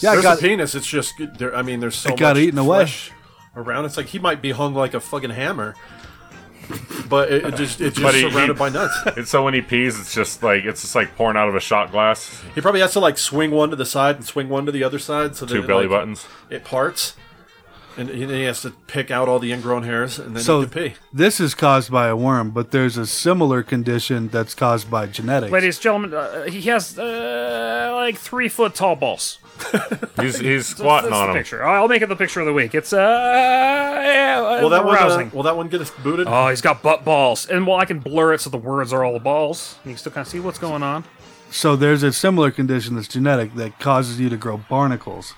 S4: Yeah, I
S3: There's
S4: got
S3: a penis. It's just good- there. I mean, there's so
S4: It got
S3: much
S4: eaten away.
S3: flesh around. It's like he might be hung like a fucking hammer. But it, it just it's
S2: But
S3: just
S2: he-
S3: surrounded
S2: he-
S3: by nuts.
S2: And so when he pees, it's just like it's just like pouring out of a shot glass.
S3: He probably has to like swing one to the side and swing one to the other side so that
S2: Two
S3: it,
S2: belly
S3: like,
S2: buttons.
S3: It parts, and he- then he has to pick out all the ingrown hairs and then
S4: So
S3: he can pee.
S4: this is caused by a worm, but there's a similar condition that's caused by genetics.
S1: ladies and gentlemen, uh, he has uh, like three foot tall balls.
S2: He's he's
S1: That's,
S2: squatting
S1: that's the
S2: on him.
S1: picture. I'll make it the picture of the week. It's uh, yeah,
S3: Will that one? Uh,
S1: arousing.
S3: will that one get us booted?
S1: Oh, he's got butt balls, and well, I can blur it so the words are all the balls. You can still kind of see what's going on.
S4: So there's a similar condition that's genetic that causes you to grow barnacles,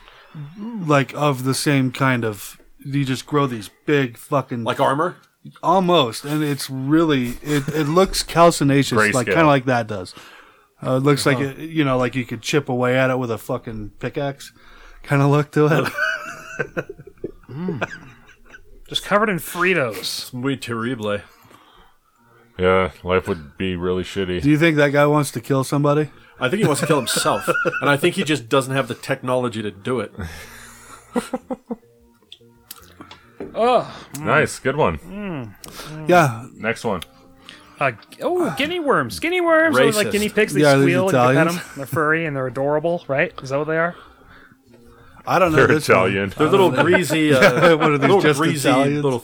S4: like of the same kind of. You just grow these big fucking
S3: like armor?
S4: almost, and it's really it. It looks calcinaceous, like
S2: Grayscale.
S4: kind of like that does. Uh, it looks like it, you know, like you could chip away at it with a fucking pickaxe, kind of look to it.
S1: Just covered in Fritos.
S3: Muy terrible.
S2: Yeah, life would be really shitty.
S4: Do you think that guy wants to kill somebody?
S3: I think he wants to kill himself, and I think he just doesn't have the technology to do it.
S2: Nice, good one.
S4: Yeah,
S2: Next one.
S1: Uh, oh, guinea worms. Guinea worms. Those are like
S3: Racist.
S1: guinea pigs. They
S4: Yeah, are these
S1: squeal and you can pet them.
S4: Italians?
S1: They're furry and they're adorable, right? Is that what they are?
S4: I don't know.
S2: They're
S4: this one.
S2: Italian.
S3: They're little greasy, uh,
S4: What are these
S3: little
S4: just
S3: greasy
S4: Italians?
S3: little.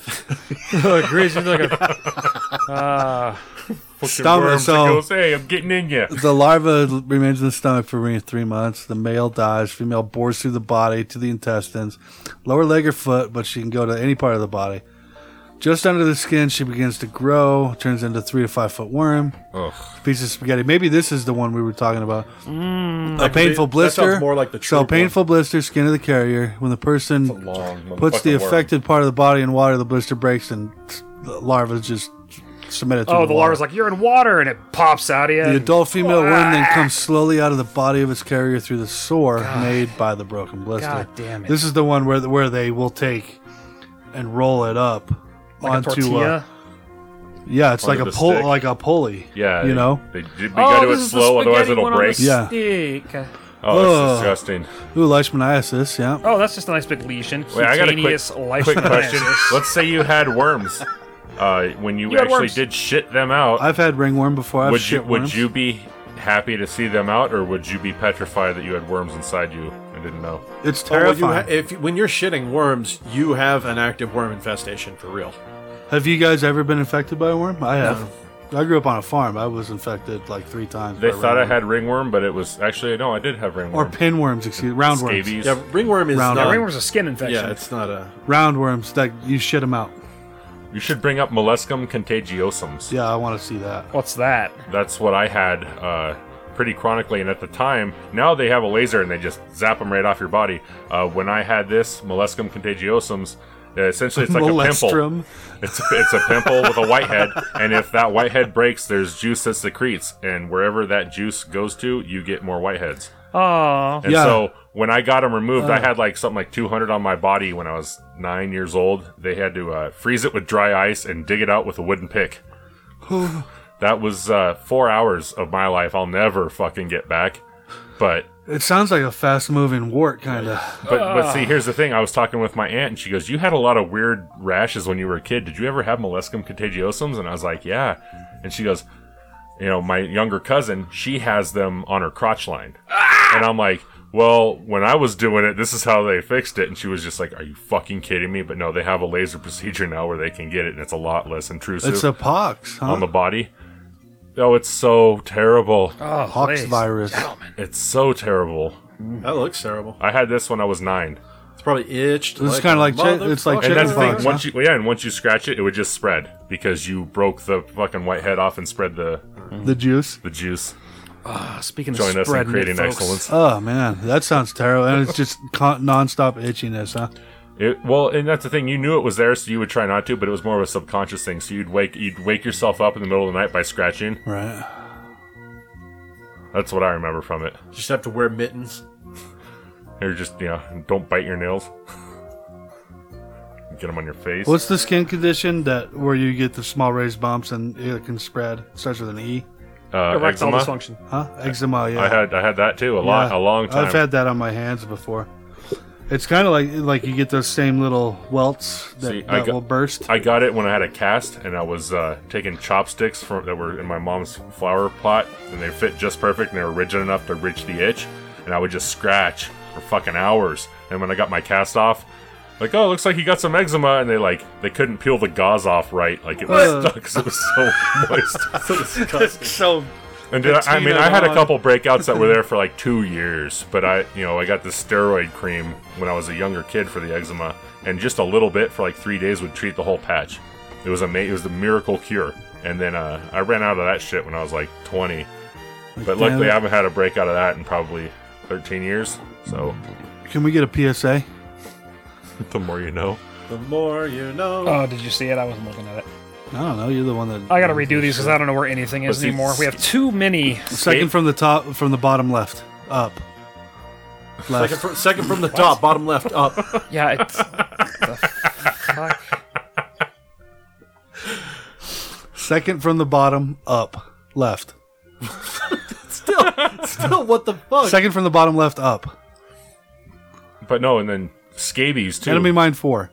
S4: Stomach,
S2: Worm
S4: so-
S2: goes, hey, I'm getting in ya.
S4: The larva remains in the stomach for re- three months. The male dies. Female bores through the body to the intestines, lower leg or foot, but she can go to any part of the body. Just under the skin, she begins to grow, turns into three to five foot worm,
S2: Ugh.
S4: piece of spaghetti. Maybe this is the one we were talking about. a painful
S3: That sounds
S4: blister.
S3: more like the true
S4: so a painful blister, skin of the carrier. When the person
S2: Long
S4: puts the
S2: motherfucking worm.
S4: affected part of the body in water, the blister breaks and the larva is just submitted to
S1: Oh,
S4: the,
S1: the
S4: water.
S1: larva's like you're in water, and it pops out of you.
S4: The
S1: and- ah!
S4: adult female worm then comes slowly out of the body of its carrier through the sore made by the broken blister.
S1: God damn it.
S4: This is the one where where they will take and roll it up
S1: like a
S4: onto uh,
S1: tortilla.
S4: yeah, it's
S2: Onto
S4: like a
S2: the
S4: pull
S2: stick.
S4: like a pulley.
S2: Yeah,
S4: you
S2: they-
S4: know.
S2: they, we gotta
S1: Oh,
S2: do it
S1: this is the
S2: slow, otherwise
S1: spaghetti
S2: it'll
S1: one on the
S2: break.
S4: Yeah.
S1: stick.
S2: Oh,
S4: Ugh.
S2: that's disgusting.
S4: Ooh, leishmaniasis. Yeah,
S1: Oh, that's just a nice big lesion.
S2: Wait, I got a quick,
S1: Cutaneous
S2: quick question.
S1: leishmaniasis.
S2: Let's say you had worms uh, when you,
S1: You had
S2: actually
S1: worms.
S2: did shit them out.
S4: I've had ringworm before. I've
S2: would you
S4: shit
S2: would
S4: worms.
S2: you be happy to see them out, or would you be petrified that you had worms inside you and didn't know?
S4: It's
S3: Oh, well,
S4: terrifying.
S3: you ha- if when you're shitting worms, you have an active worm infestation for real.
S4: have you guys ever been infected by a worm? I have. I grew up on a farm. I was infected like three times.
S2: They
S4: by
S2: thought I
S4: ringworm.
S2: had ringworm, but it was actually no, I did have
S4: or
S2: ringworm.
S4: pinworms. Excuse roundworms.
S2: scabies.
S3: Yeah, ringworm is
S4: Round
S3: not.
S4: up.
S1: Ringworm's a skin infection.
S3: yeah, it's not a.
S4: Roundworms that you shit them out.
S2: You should bring up molluscum contagiosums.
S4: Yeah, I want to see that.
S1: What's that?
S2: That's what I had uh, pretty chronically, and at the time, now they have a laser and they just zap them right off your body. Uh, when I had this molluscum contagiosums, uh, essentially it's like a pimple.
S4: Molestrum.
S2: It's it's a pimple with a white head, and if that white head breaks, there's juice that secretes, and wherever that juice goes to, you get more whiteheads.
S1: Oh,
S2: And
S4: Yeah.
S2: so when I got them removed, I had like something like 200 on my body when I was nine years old. They had to uh, freeze it with dry ice and dig it out with a wooden pick. that was uh, four hours of my life. I'll never fucking get back. But
S4: It sounds like a fast moving wart, kind of.
S2: but but see, here's the thing. I was talking with my aunt, and she goes, "You had a lot of weird rashes when you were a kid. Did you ever have molluscum contagiosums?" And I was like, "Yeah." And she goes, "You know, my younger cousin, she has them on her crotch line." And I'm like, well, when I was doing it, this is how they fixed it. And she was just like, are you fucking kidding me? But no, they have a laser procedure now where they can get it and it's a lot less intrusive
S4: It's a pox, huh?
S2: on the body. Oh, it's so terrible.
S1: Oh,
S4: pox
S1: please.
S4: virus.
S2: It's so terrible.
S3: That looks terrible.
S2: I had this when I was nine.
S3: It's probably itched.
S4: It's kinda like chi-
S3: motherfucker.
S4: it's like
S2: And that's the
S4: Chickenpox,
S2: thing.
S4: huh?
S2: Once you, well, yeah, and once you scratch it, it would just spread because you broke the fucking white head off and spread the
S4: The juice.
S2: the juice.
S6: Ah, speaking
S2: Join us
S6: of
S2: in
S6: spreading
S2: creating
S6: it, folks.
S2: excellence.
S4: Oh man, that sounds terrible. And it's just con- nonstop itchiness, huh?
S2: It, well, and that's the thing. You knew it was there, so you would try not to, but it was more of a subconscious thing. So you'd wake you'd wake yourself up in the middle of the night by scratching.
S4: Right.
S2: That's what I remember from it.
S3: You just have to wear mittens.
S2: You're just you know, don't bite your nails. Get them on your face.
S4: What's the skin condition that where you get the small raised bumps and it can spread? Starts with an E,
S2: uh,
S1: Erectile
S2: eczema?
S1: dysfunction.
S4: huh? Eczema. Yeah.
S2: I had I had that too a lot
S4: Yeah.
S2: a long time.
S4: I've had that on my hands before. It's kind of like like you get those same little welts that,
S2: See, I
S4: that
S2: got-
S4: will burst.
S2: I got it when I had a cast, and I was uh, taking chopsticks from that were in my mom's flower pot, and they fit just perfect, and they were rigid enough to reach the itch, and I would just scratch for fucking hours. And when I got my cast off, like, oh, looks like you got some eczema, and they like they couldn't peel the gauze off right, like it was
S4: What?
S2: stuck, 'cause it was so moist.
S4: so
S2: And dude, I I mean,
S4: Patina
S2: I had a
S4: on.
S2: couple breakouts that were there for like two years, but I, you know, I got the steroid cream when I was a younger kid for the eczema, and just a little bit for like three days would treat the whole patch. It was a ma- it was the miracle cure. And then uh, I ran out of that shit when I was like 20, but luckily I haven't had a breakout of that in probably 13 years. So
S4: can we get a PSA?
S2: the more you know.
S3: The more you know.
S4: Uh,
S1: Oh, did you see it? I wasn't looking at it.
S4: I don't know. You're the one that
S1: I gotta redo these because I don't know where anything is
S2: But see-
S1: anymore. We have too many.
S4: Second from the top, from the bottom left, up.
S3: second,
S4: Left.
S3: from, second from the top, bottom left, up.
S6: Yeah, it's
S1: Fuck.
S4: Second from the bottom, up. Left.
S3: Still, still, what the fuck?
S4: Second from the bottom left, up.
S2: But no, and then scabies too.
S4: Enemy mine four.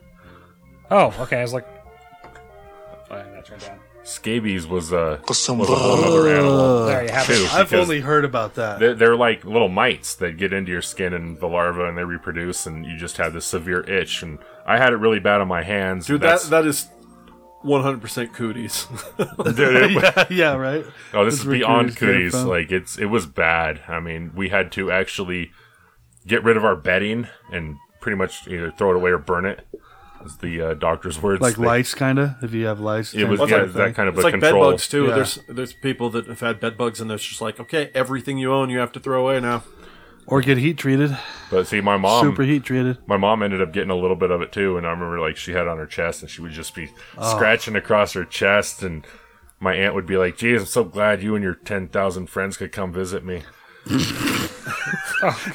S1: Oh, okay. I was like, oh, yeah, that turned down.
S2: scabies was a, was a whole other animal.
S1: There you have
S2: too,
S1: it.
S4: I've
S2: because-
S4: only heard about that.
S2: They're, they're like little mites that get into your skin and the larvae, and they reproduce, and you just have this severe itch. And I had it really bad on my hands.
S3: Dude, that, that is 100% cooties.
S2: dude, it-
S4: yeah, right.
S2: oh, this
S4: That's
S2: is
S4: where
S2: beyond
S4: came
S2: cooties.
S4: from.
S2: Like it's it was bad. I mean, we had to actually get rid of our bedding and pretty much either throw it away or burn it. Is the uh, doctor's words.
S4: like
S2: They-
S4: lice, kind of. If you have lice,
S2: It was
S4: same
S2: yeah,
S4: sort of
S2: that
S4: thing.
S2: kind of
S3: it's
S2: a
S3: like bed
S2: control.
S3: bugs, too.
S4: Yeah.
S3: There's there's people that have had bed bugs, and it's just like, okay, everything you own, you have to throw away now.
S4: Or get heat treated,
S2: But see, my mom
S4: super heat treated.
S2: my mom ended up getting a little bit of it too and i remember like she had it on her chest and she would just be scratching across her chest and my aunt would be like geez i'm so glad you and your 10000 friends could come visit me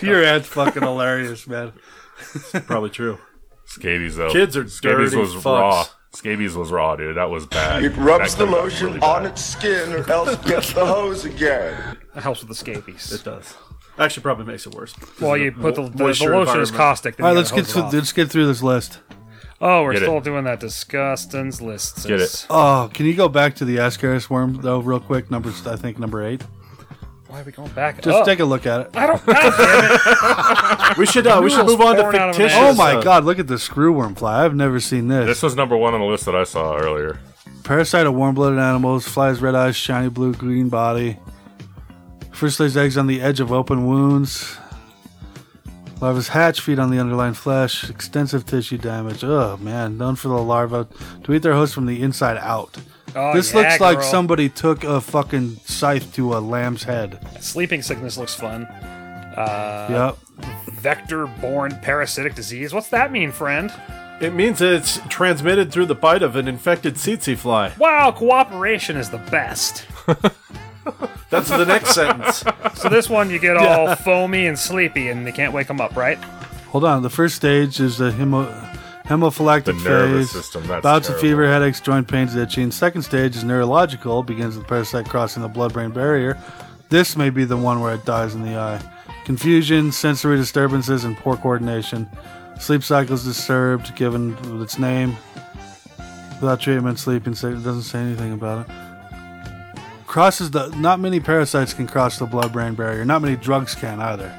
S4: Your ad's fucking hilarious, man.
S3: Probably true.
S2: scabies though
S3: Kids are
S2: scabies
S3: dirty
S2: was
S3: fucks.
S2: raw scabies was raw dude that was bad
S5: It rubs
S2: That
S5: the
S2: comes out
S5: lotion
S2: really
S5: on
S2: bad.
S5: its skin or else gets the hose again.
S1: That helps with the scabies.
S3: It does. Actually, probably makes it worse.
S1: Well, you put the, the, the
S3: moisture
S1: lotion is
S3: environment.
S1: caustic. then
S4: All right,
S1: you
S4: let's
S1: gotta
S4: get
S1: hose
S4: through,
S1: it off.
S4: let's get through this list.
S1: Oh, we're
S2: Get it.
S1: still doing that disgustins list.
S2: Get it.
S4: Oh, can you go back to the Ascaris worm though, real quick? Number, I think number eight.
S1: Why are we going back?
S4: Just
S2: Oh.
S1: up?
S4: take a look at it.
S1: I don't. God damn it.
S3: We should uh, we should move on to
S1: Born out of an
S3: fictitious.
S1: ass.
S4: Oh my
S3: uh,
S4: god, look at the screwworm fly. I've never seen this.
S2: this was number one on the list that i saw earlier
S4: Parasite of warm blooded animals, flies red eyes, shiny blue, green body. First lays eggs on the edge of open wounds. Larva's hatch feed on the underlying flesh. Extensive tissue damage. Oh man, known for the larva to eat their host from the inside out.
S1: Oh,
S4: this
S1: yeah,
S4: looks like
S1: girl.
S4: somebody took a fucking scythe to a lamb's head.
S1: Sleeping sickness looks fun. Uh,
S4: yep.
S1: Vector-borne parasitic disease. What's that mean, friend?
S3: It means it's transmitted through the bite of an infected tsetse fly.
S1: Wow, cooperation is the best.
S3: That's the next sentence.
S1: So this one, you get all foamy and sleepy, and they can't wake them up, right?
S4: Hold on. The first stage is the hemo- hemophilactic
S2: The nervous
S4: phase.
S2: system, that's
S4: bouts of
S2: terrible.
S4: fever, headaches, joint pains, itching. Second stage is neurological. Begins with the parasite crossing the blood-brain barrier. This may be the one where it dies in the eye. Confusion, sensory disturbances, and poor coordination. Sleep cycles disturbed, given its name. Without treatment, sleeping sick. It doesn't say anything about it. Crosses the. Not many parasites can cross the blood-brain barrier. Not many drugs can either.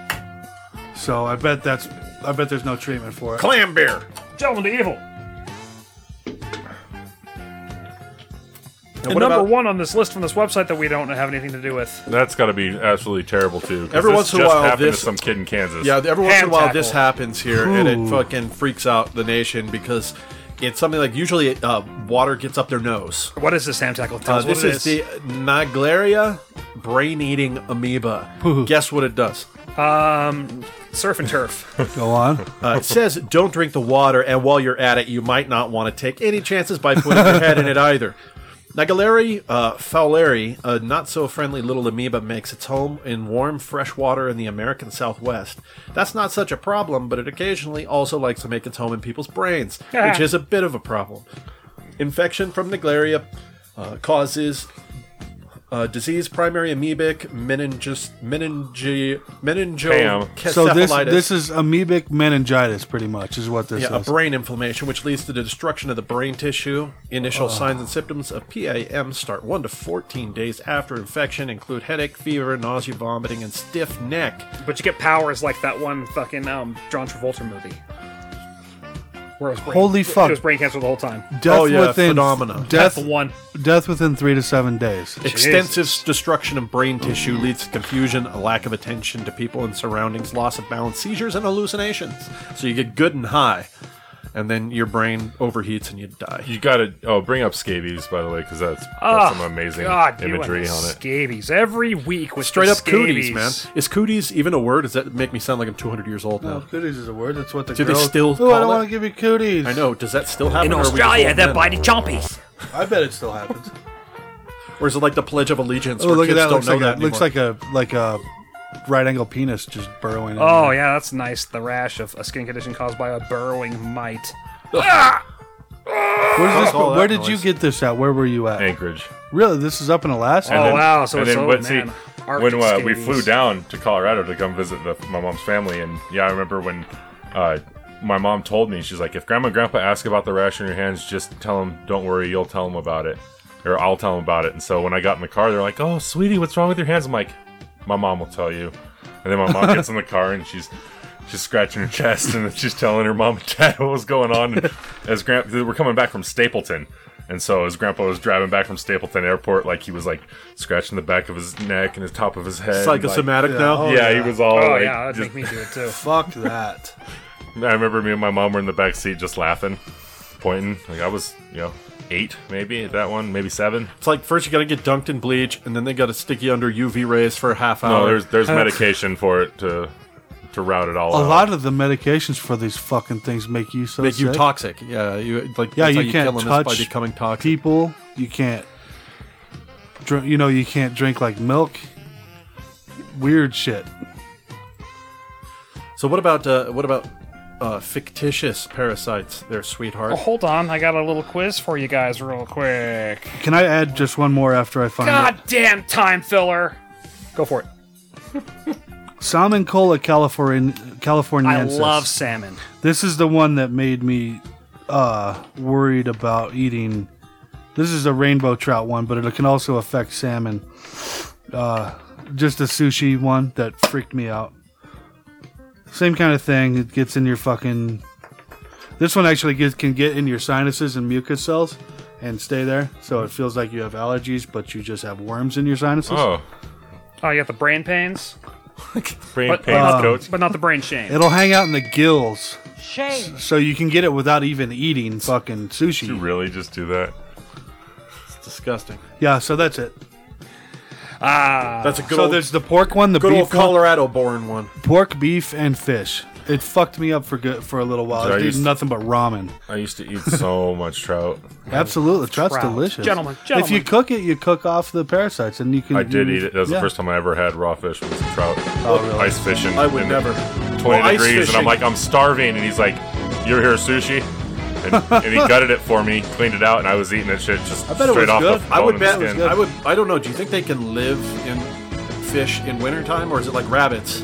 S4: So I bet that's I bet there's no treatment for it.
S2: Clam beer.
S1: Gentlemen to evil. And
S3: what
S1: number
S3: about-
S1: one on this list from this website that we don't have anything to do with.
S2: That's got to be absolutely terrible too. 'cause
S3: Every
S2: this
S3: once in a
S2: just
S3: while,
S2: happened
S3: this-
S2: to some kid in Kansas.
S3: Yeah, every once in a
S1: Hand
S3: while
S1: tackle.
S3: this happens here, and
S4: Ooh.
S3: it fucking freaks out the nation because it's something like usually uh, water gets up their nose.
S1: What is this ham tackle? Tell
S3: Uh,
S1: us what
S3: this
S1: it
S3: is the Naglaria brain-eating amoeba. Guess what it does?
S1: um, surf and turf.
S4: Go on.
S3: Uh, it says don't drink the water, and while you're at it, you might not want to take any chances by putting your head in it either. Nagaleri uh, fowleri, a not so friendly little amoeba, makes its home in warm, fresh water in the American Southwest. That's not such a problem, but it occasionally also likes to make its home in people's brains, which is a bit of a problem. Infection from Naglaria uh, causes uh, disease, primary amoebic meninges, meninge, meningoencephalitis.
S4: So this this is amoebic meningitis, pretty much, is what this
S3: Yeah, a
S4: is.
S3: brain inflammation, which leads to the destruction of the brain tissue. Initial signs and symptoms of PAM start 1 to 14 days after infection, include headache, fever, nausea, vomiting, and stiff neck.
S1: but you get powers like that one fucking um, John Travolta movie. Where it was brain,
S4: Holy fuck.
S1: It was brain cancer the whole time.
S4: death
S3: Oh, yeah,
S4: within
S3: phenomena.
S1: That's
S4: Death
S1: the one.
S4: death within three to seven days.
S3: Extensive destruction of brain tissue leads to confusion, a lack of attention to people and surroundings, loss of balance, seizures, and hallucinations. So you get good and high, and then your brain overheats and you die.
S2: You got to oh bring up scabies by the way because that's, that's
S1: Ah,
S2: some amazing
S1: God, you and
S2: imagery
S1: the
S2: on it.
S1: Scabies every week with
S3: Straight
S1: the
S3: up cooties, man.
S1: scabies.
S3: Is cooties even a word? Does that make me sound like I'm 200 years old now?
S4: Oh, cooties is a word. That's what the
S3: Do they
S4: girls-
S3: still
S4: Ooh, I
S3: call
S4: don't
S3: it?
S4: want to give you cooties.
S3: I know. Does that still happen?
S6: In
S3: or are we just
S6: Australia,
S3: old
S6: they're
S3: men?
S6: biting chompies.
S4: I bet it still happens.
S3: Or is it like the Pledge of Allegiance?
S4: oh,
S3: where
S4: look at
S3: kids
S4: that!
S3: Don't
S4: Looks
S3: know
S4: like
S3: that
S4: a, looks
S3: anymore?
S4: like a like a right angle penis just burrowing. in
S1: Oh
S4: there.
S1: yeah, that's nice. The rash of a skin condition caused by a burrowing mite.
S4: Where's this-
S3: Fuck all that
S4: where did you
S3: noise.
S4: get this at? Where were you at?
S2: Anchorage.
S4: Really, this is up in Alaska.
S1: Oh, wow, so
S2: and
S1: it's
S2: then,
S1: old,
S2: but
S1: man.
S2: see,
S1: Arctic
S2: when uh, we
S1: scabies.
S2: flew down to Colorado to come visit the, my mom's family, and yeah, I remember when uh, my mom told me, she's like, if grandma and grandpa ask about the rash on your hands, just tell them, don't worry, you'll tell them about it, or I'll tell them about it. And so when I got in the car, they're like, oh, sweetie, what's wrong with your hands? I'm like, my mom will tell you. And then my mom gets in the car and she's. She's scratching her chest and then she's telling her mom and dad what was going on. And as grandpa, we're coming back from Stapleton, and so as grandpa was driving back from Stapleton Airport, like he was like scratching the back of his neck and the top of his head. like-
S3: Psychosomatic now.
S4: Oh,
S2: yeah,
S4: yeah.
S2: he was all.
S1: Oh
S2: like,
S1: yeah, that'd
S2: just-
S1: make me do it too.
S4: Fuck that!
S2: I remember me and my mom were in the back seat just laughing, pointing. Like I was, you know, eight maybe at that one, maybe seven.
S3: It's like first you gotta get dunked in bleach, and then they gotta stick you under UV rays for a half
S4: Uh,
S3: hour.
S2: No, there's there's medication for it to to route it all
S4: A
S2: out.
S4: lot of the medications for these fucking things make you so
S3: make
S4: sick.
S3: you toxic. Yeah, you like
S4: Yeah,
S3: that's
S4: you can't
S3: how kill 'em is
S4: touch
S3: by becoming toxic.
S4: people. You can't drink. You know, you can't drink like milk. Weird shit.
S3: So what about uh, what about uh, fictitious parasites? Their sweetheart.
S1: Oh, hold on, I got a little quiz for you guys, real quick.
S4: Can I add just one more after I find it?
S1: God damn time filler. Go for it.
S4: Salmon cola California
S1: I
S4: Californiensis.
S1: love salmon.
S4: This is the one that made me uh worried about eating. This is a rainbow trout one, but it can also affect salmon. Uh, just a sushi one that freaked me out. Same kind of thing. It gets in your fucking. This one actually gets, can get in your sinuses and mucus cells and stay there. So it feels like you have allergies, but you just have worms in your sinuses.
S2: oh,
S1: Oh, you got the brain pains,
S2: brain
S1: but, uh,
S2: pains
S1: but,
S2: coach.
S1: not, but not the brain shame.
S4: It'll hang out in the gills. Shame. So you can get it without even eating fucking sushi.
S2: You really just do that?
S3: It's disgusting.
S4: Yeah, so that's it.
S3: That's a good
S4: Ah. so
S3: old,
S4: there's the pork one, the
S3: good old
S4: beef one,
S3: Colorado-born one.
S4: pork, beef, and fish. It fucked me up for good for a little while. I
S2: Did I
S4: was eating
S2: use-
S4: nothing but ramen.
S2: I used to eat so much trout.
S4: Absolutely, trout's
S1: Trout.
S4: delicious.
S1: Gentlemen,
S4: if you
S1: gentlemen.
S4: cook it, you cook off the parasites, and you can.
S2: I did
S4: you-
S2: eat it. That was
S4: Mm-hmm. yeah.
S2: the first time I ever had raw fish was trout. Ice fishing.
S3: I would
S2: in
S3: never.
S2: 20
S3: Well, ice
S2: degrees, and I'm
S3: fishing-
S2: like, I'm starving. And he's like, You're here, sushi. And, and he gutted it for me, cleaned it out, and I was eating that shit just
S4: bet it
S2: straight
S4: was
S2: off
S4: good.
S2: the
S3: I would
S2: bone and
S3: bet.
S2: the skin.
S3: I would. I don't know. Do you think they can live in fish in wintertime, or is it like rabbits?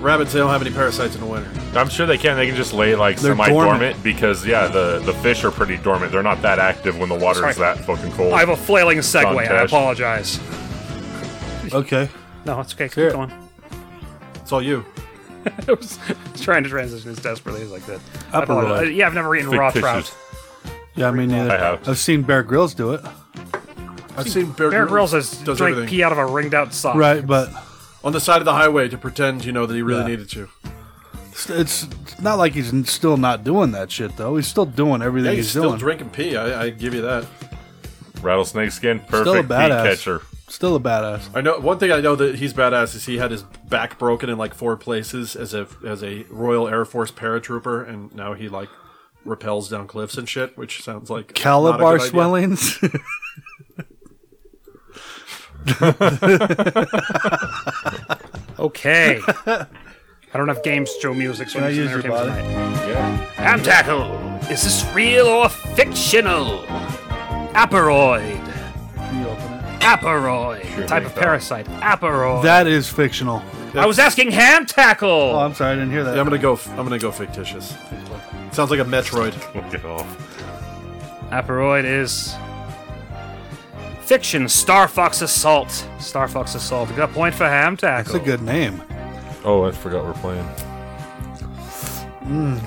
S3: Rabbits, they don't have any parasites in the winter.
S2: I'm sure they can. They can just lay like
S4: They're
S2: semi dormant
S4: dormant.
S2: because yeah, the the fish are pretty dormant. They're not that active when the water is
S1: Sorry.
S2: that fucking cold.
S1: I have a flailing segue. I
S2: Tash.
S1: apologize.
S4: Okay,
S1: No, it's okay.
S4: Sure.
S1: Keep going.
S3: It's all you.
S1: I was trying to transition as desperately as I could. I
S4: Upper
S1: apologize. Uh,
S4: right.
S1: yeah, I've never eaten raw trout.
S2: Fictitious.
S4: Yeah, I mean, neither.
S2: I have.
S4: I've seen Bear Grylls do it.
S3: I've seen Bear,
S1: Bear Grylls has
S3: does
S1: drank
S3: everything
S1: pee out of a ringed out sock.
S4: Right, but
S3: on the side of the highway to pretend you know that he really
S4: Yeah.
S3: needed you.
S4: it's, it's not like he's n- still not doing that shit though. He's still doing everything
S3: Yeah, he's
S4: he's,
S3: still
S4: doing.
S3: drinking pee. I, I give you that.
S2: Rattlesnake skin, perfect
S4: Still a
S2: meat
S4: badass.
S2: catcher.
S4: Still a badass.
S3: I know one thing I know that he's badass is he had his back broken in like four places as a as a Royal Air Force paratrooper, and now he like repels down cliffs and shit, which sounds like not a
S4: Calabar
S3: good idea.
S4: swellings.
S1: Okay. I don't have games to show music, so
S4: Can
S1: I'm
S4: I
S1: using
S4: use your
S1: entertainment
S4: body?
S1: tonight. Ham tackle. Is this real or fictional? Aperoid. Aperoid. type of parasite. Aperoid.
S4: that is fictional.
S1: I was asking ham tackle.
S4: Oh, I'm sorry, I didn't hear that.
S3: Yeah, I'm gonna go. I'm gonna go fictitious. Sounds like a Metroid.
S2: Look it off.
S1: Aperoid is fiction. Star Fox Assault. Star Fox Assault. Got a point for ham tackle.
S4: That's a good name.
S2: Oh, I forgot we're playing.
S1: All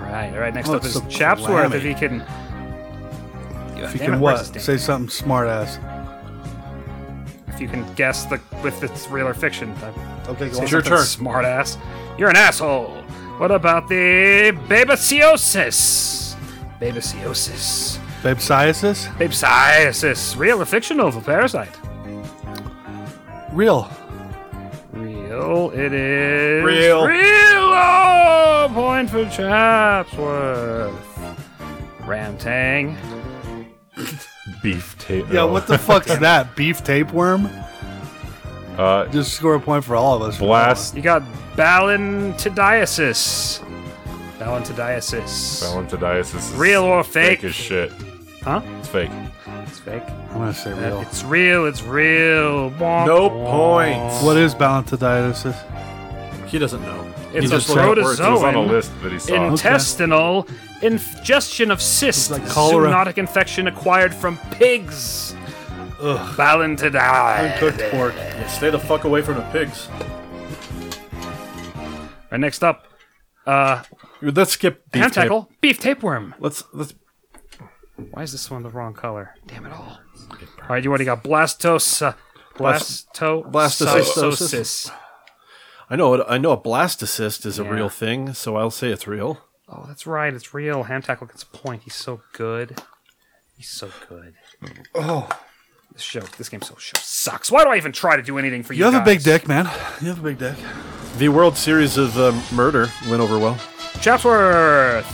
S1: right. All right. Next
S4: Oh,
S1: up
S4: it's
S1: is
S4: so
S1: Chapsworth.
S4: clammy.
S1: If he can.
S4: If you
S1: Damn
S4: can
S1: it,
S4: what?
S1: where's this
S4: Say something smart ass.
S1: If you can guess the with it's real or fiction. I-
S4: Okay, go
S1: Say
S4: on.
S3: your
S1: something,
S3: turn.
S1: Smartass. You're an asshole. What about the babesiosis? Babesiosis.
S4: Babesiasis?
S1: Babesiasis. Real or fictional for parasite?
S4: Real.
S1: Real. It is.
S3: Real.
S1: Real. Oh, point for Chapsworth. Ramtang.
S2: Beef uh, tape.
S4: Yeah, what the fuck's that? Beef tapeworm?
S2: Uh,
S4: Just score a point for all of us.
S2: blast.
S1: You got Balantodiasis. Balantodiasis.
S2: Valentidiasis is
S1: Real or fake?
S2: Fake as shit.
S1: huh?
S2: It's fake.
S1: It's fake.
S4: I'm gonna say
S1: Uh,
S4: real.
S1: It's real. It's real. Womp
S3: No
S1: womp.
S3: points.
S4: What is balantodiasis?
S3: He doesn't know.
S1: It's a
S3: he just looked up words.
S2: It was on a
S1: Owen.
S2: list that he saw.
S1: Intestinal ingestion of cyst.
S4: like cholera.
S1: Zoonotic infection acquired from pigs. Ugh.
S4: Uncooked
S1: Balantodiasis.
S4: pork.
S3: Yeah, Stay the fuck away from the pigs.
S1: Right next up, uh,
S3: Let's skip beef
S1: ham
S3: tape.
S1: tackle, beef tapeworm.
S3: Let's let's.
S1: Why is this one the wrong color? Damn it all. All right, you already got blastos. Uh, Blasto
S3: blastocystosis.
S1: blastocystosis.
S3: I know. it- I know a blastocyst is a real thing, so I'll say it's real.
S1: Oh, that's right. It's real. Ham tackle gets a point. He's so good. He's so good. Oh, this show, this game so show sucks. Why do I even try to do anything for you?
S4: You have a big
S1: guys?
S4: dick, man. You have a big dick.
S3: The World Series of um, Murder went over well.
S1: Chapsworth,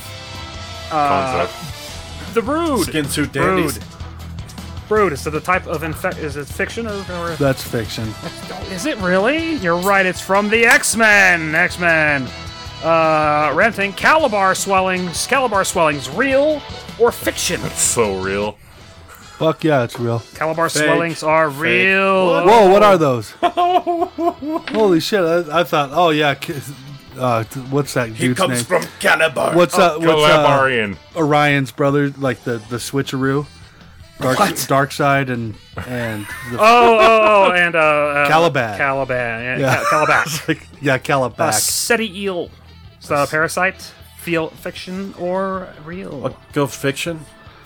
S2: Concept.
S1: the brood,
S3: Skin suit
S1: brood,
S3: dandies.
S1: brood. Is it the type of infect? Is it fiction or, or
S4: That's fiction.
S1: is it really? You're right. It's from the X Men. X Men. Uh, renting Calabar swellings. Calabar swellings, real or fiction?
S2: so real.
S4: Fuck yeah, it's real.
S1: Calabar swellings are real.
S4: Whoa, what are those? Holy shit! I, I thought, oh yeah, ki- uh, t- what's that dude's name?
S3: Calabar.
S4: what's uh, what's uh,
S2: Calabarian.
S4: Orion's brother? Like the the switcheroo, dark dark side and and the,
S1: Oh, oh, oh, and uh, uh
S4: Calabash.
S1: Calaban, yeah,
S4: Yeah.
S1: Ca- Calabash.
S4: yeah,
S1: A
S4: Calabac.
S1: seti eel. It's a parasite. Feel fiction or real?
S3: Uh, Go fiction.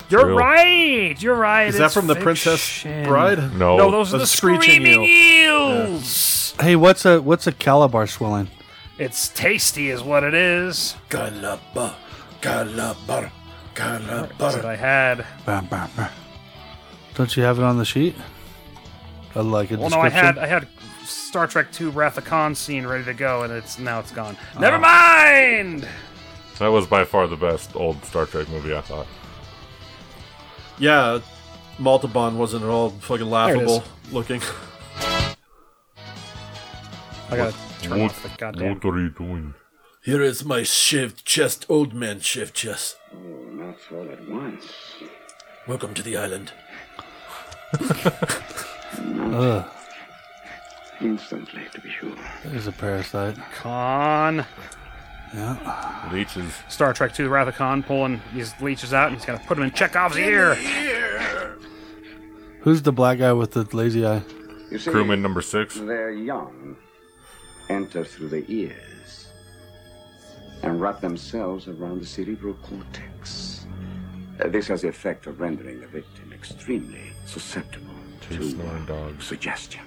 S1: You're
S2: Real.
S1: right. You're right.
S3: Is that
S1: it's
S3: from the Princess
S1: fiction.
S3: Bride?
S2: No.
S1: No, those are the
S3: That's screeching
S1: screaming eels.
S4: Hey, what's a what's a Calabar swelling?
S1: It's tasty, is what it is.
S3: Calabar. Calabar.
S1: That's what I had.
S4: Bam, bam, bam. Don't you have it on the sheet? I like a
S1: Well, no, I
S4: description.
S1: had I had Star Trek Two Wrath of Khan scene ready to go, and it's now it's gone.
S3: Ah.
S1: Never mind.
S2: That was by far the best old Star Trek movie, I thought.
S3: Yeah, Maltabon wasn't at all fucking
S1: it
S3: laughable looking.
S1: I gotta turn
S2: What-
S1: off the goddamn.
S2: What are you doing?
S3: Here is my shaved chest, old man shaved chest.
S5: That's all at once.
S3: Welcome to the island.
S5: Instantly to be sure.
S4: There's a parasite.
S1: Khan.
S2: Leeches.
S1: Star Trek II, Wrath of Khan, pulling these leeches out, and he's going to put them in Chekhov's ear.
S4: Who's the black guy with the lazy eye?
S5: You see,
S2: Crewman number six.
S5: they're young
S7: enter through the ears and wrap themselves around the cerebral cortex. Uh, this has the effect of rendering the victim extremely susceptible
S2: Two snoring
S7: to
S2: dogs.
S7: suggestion.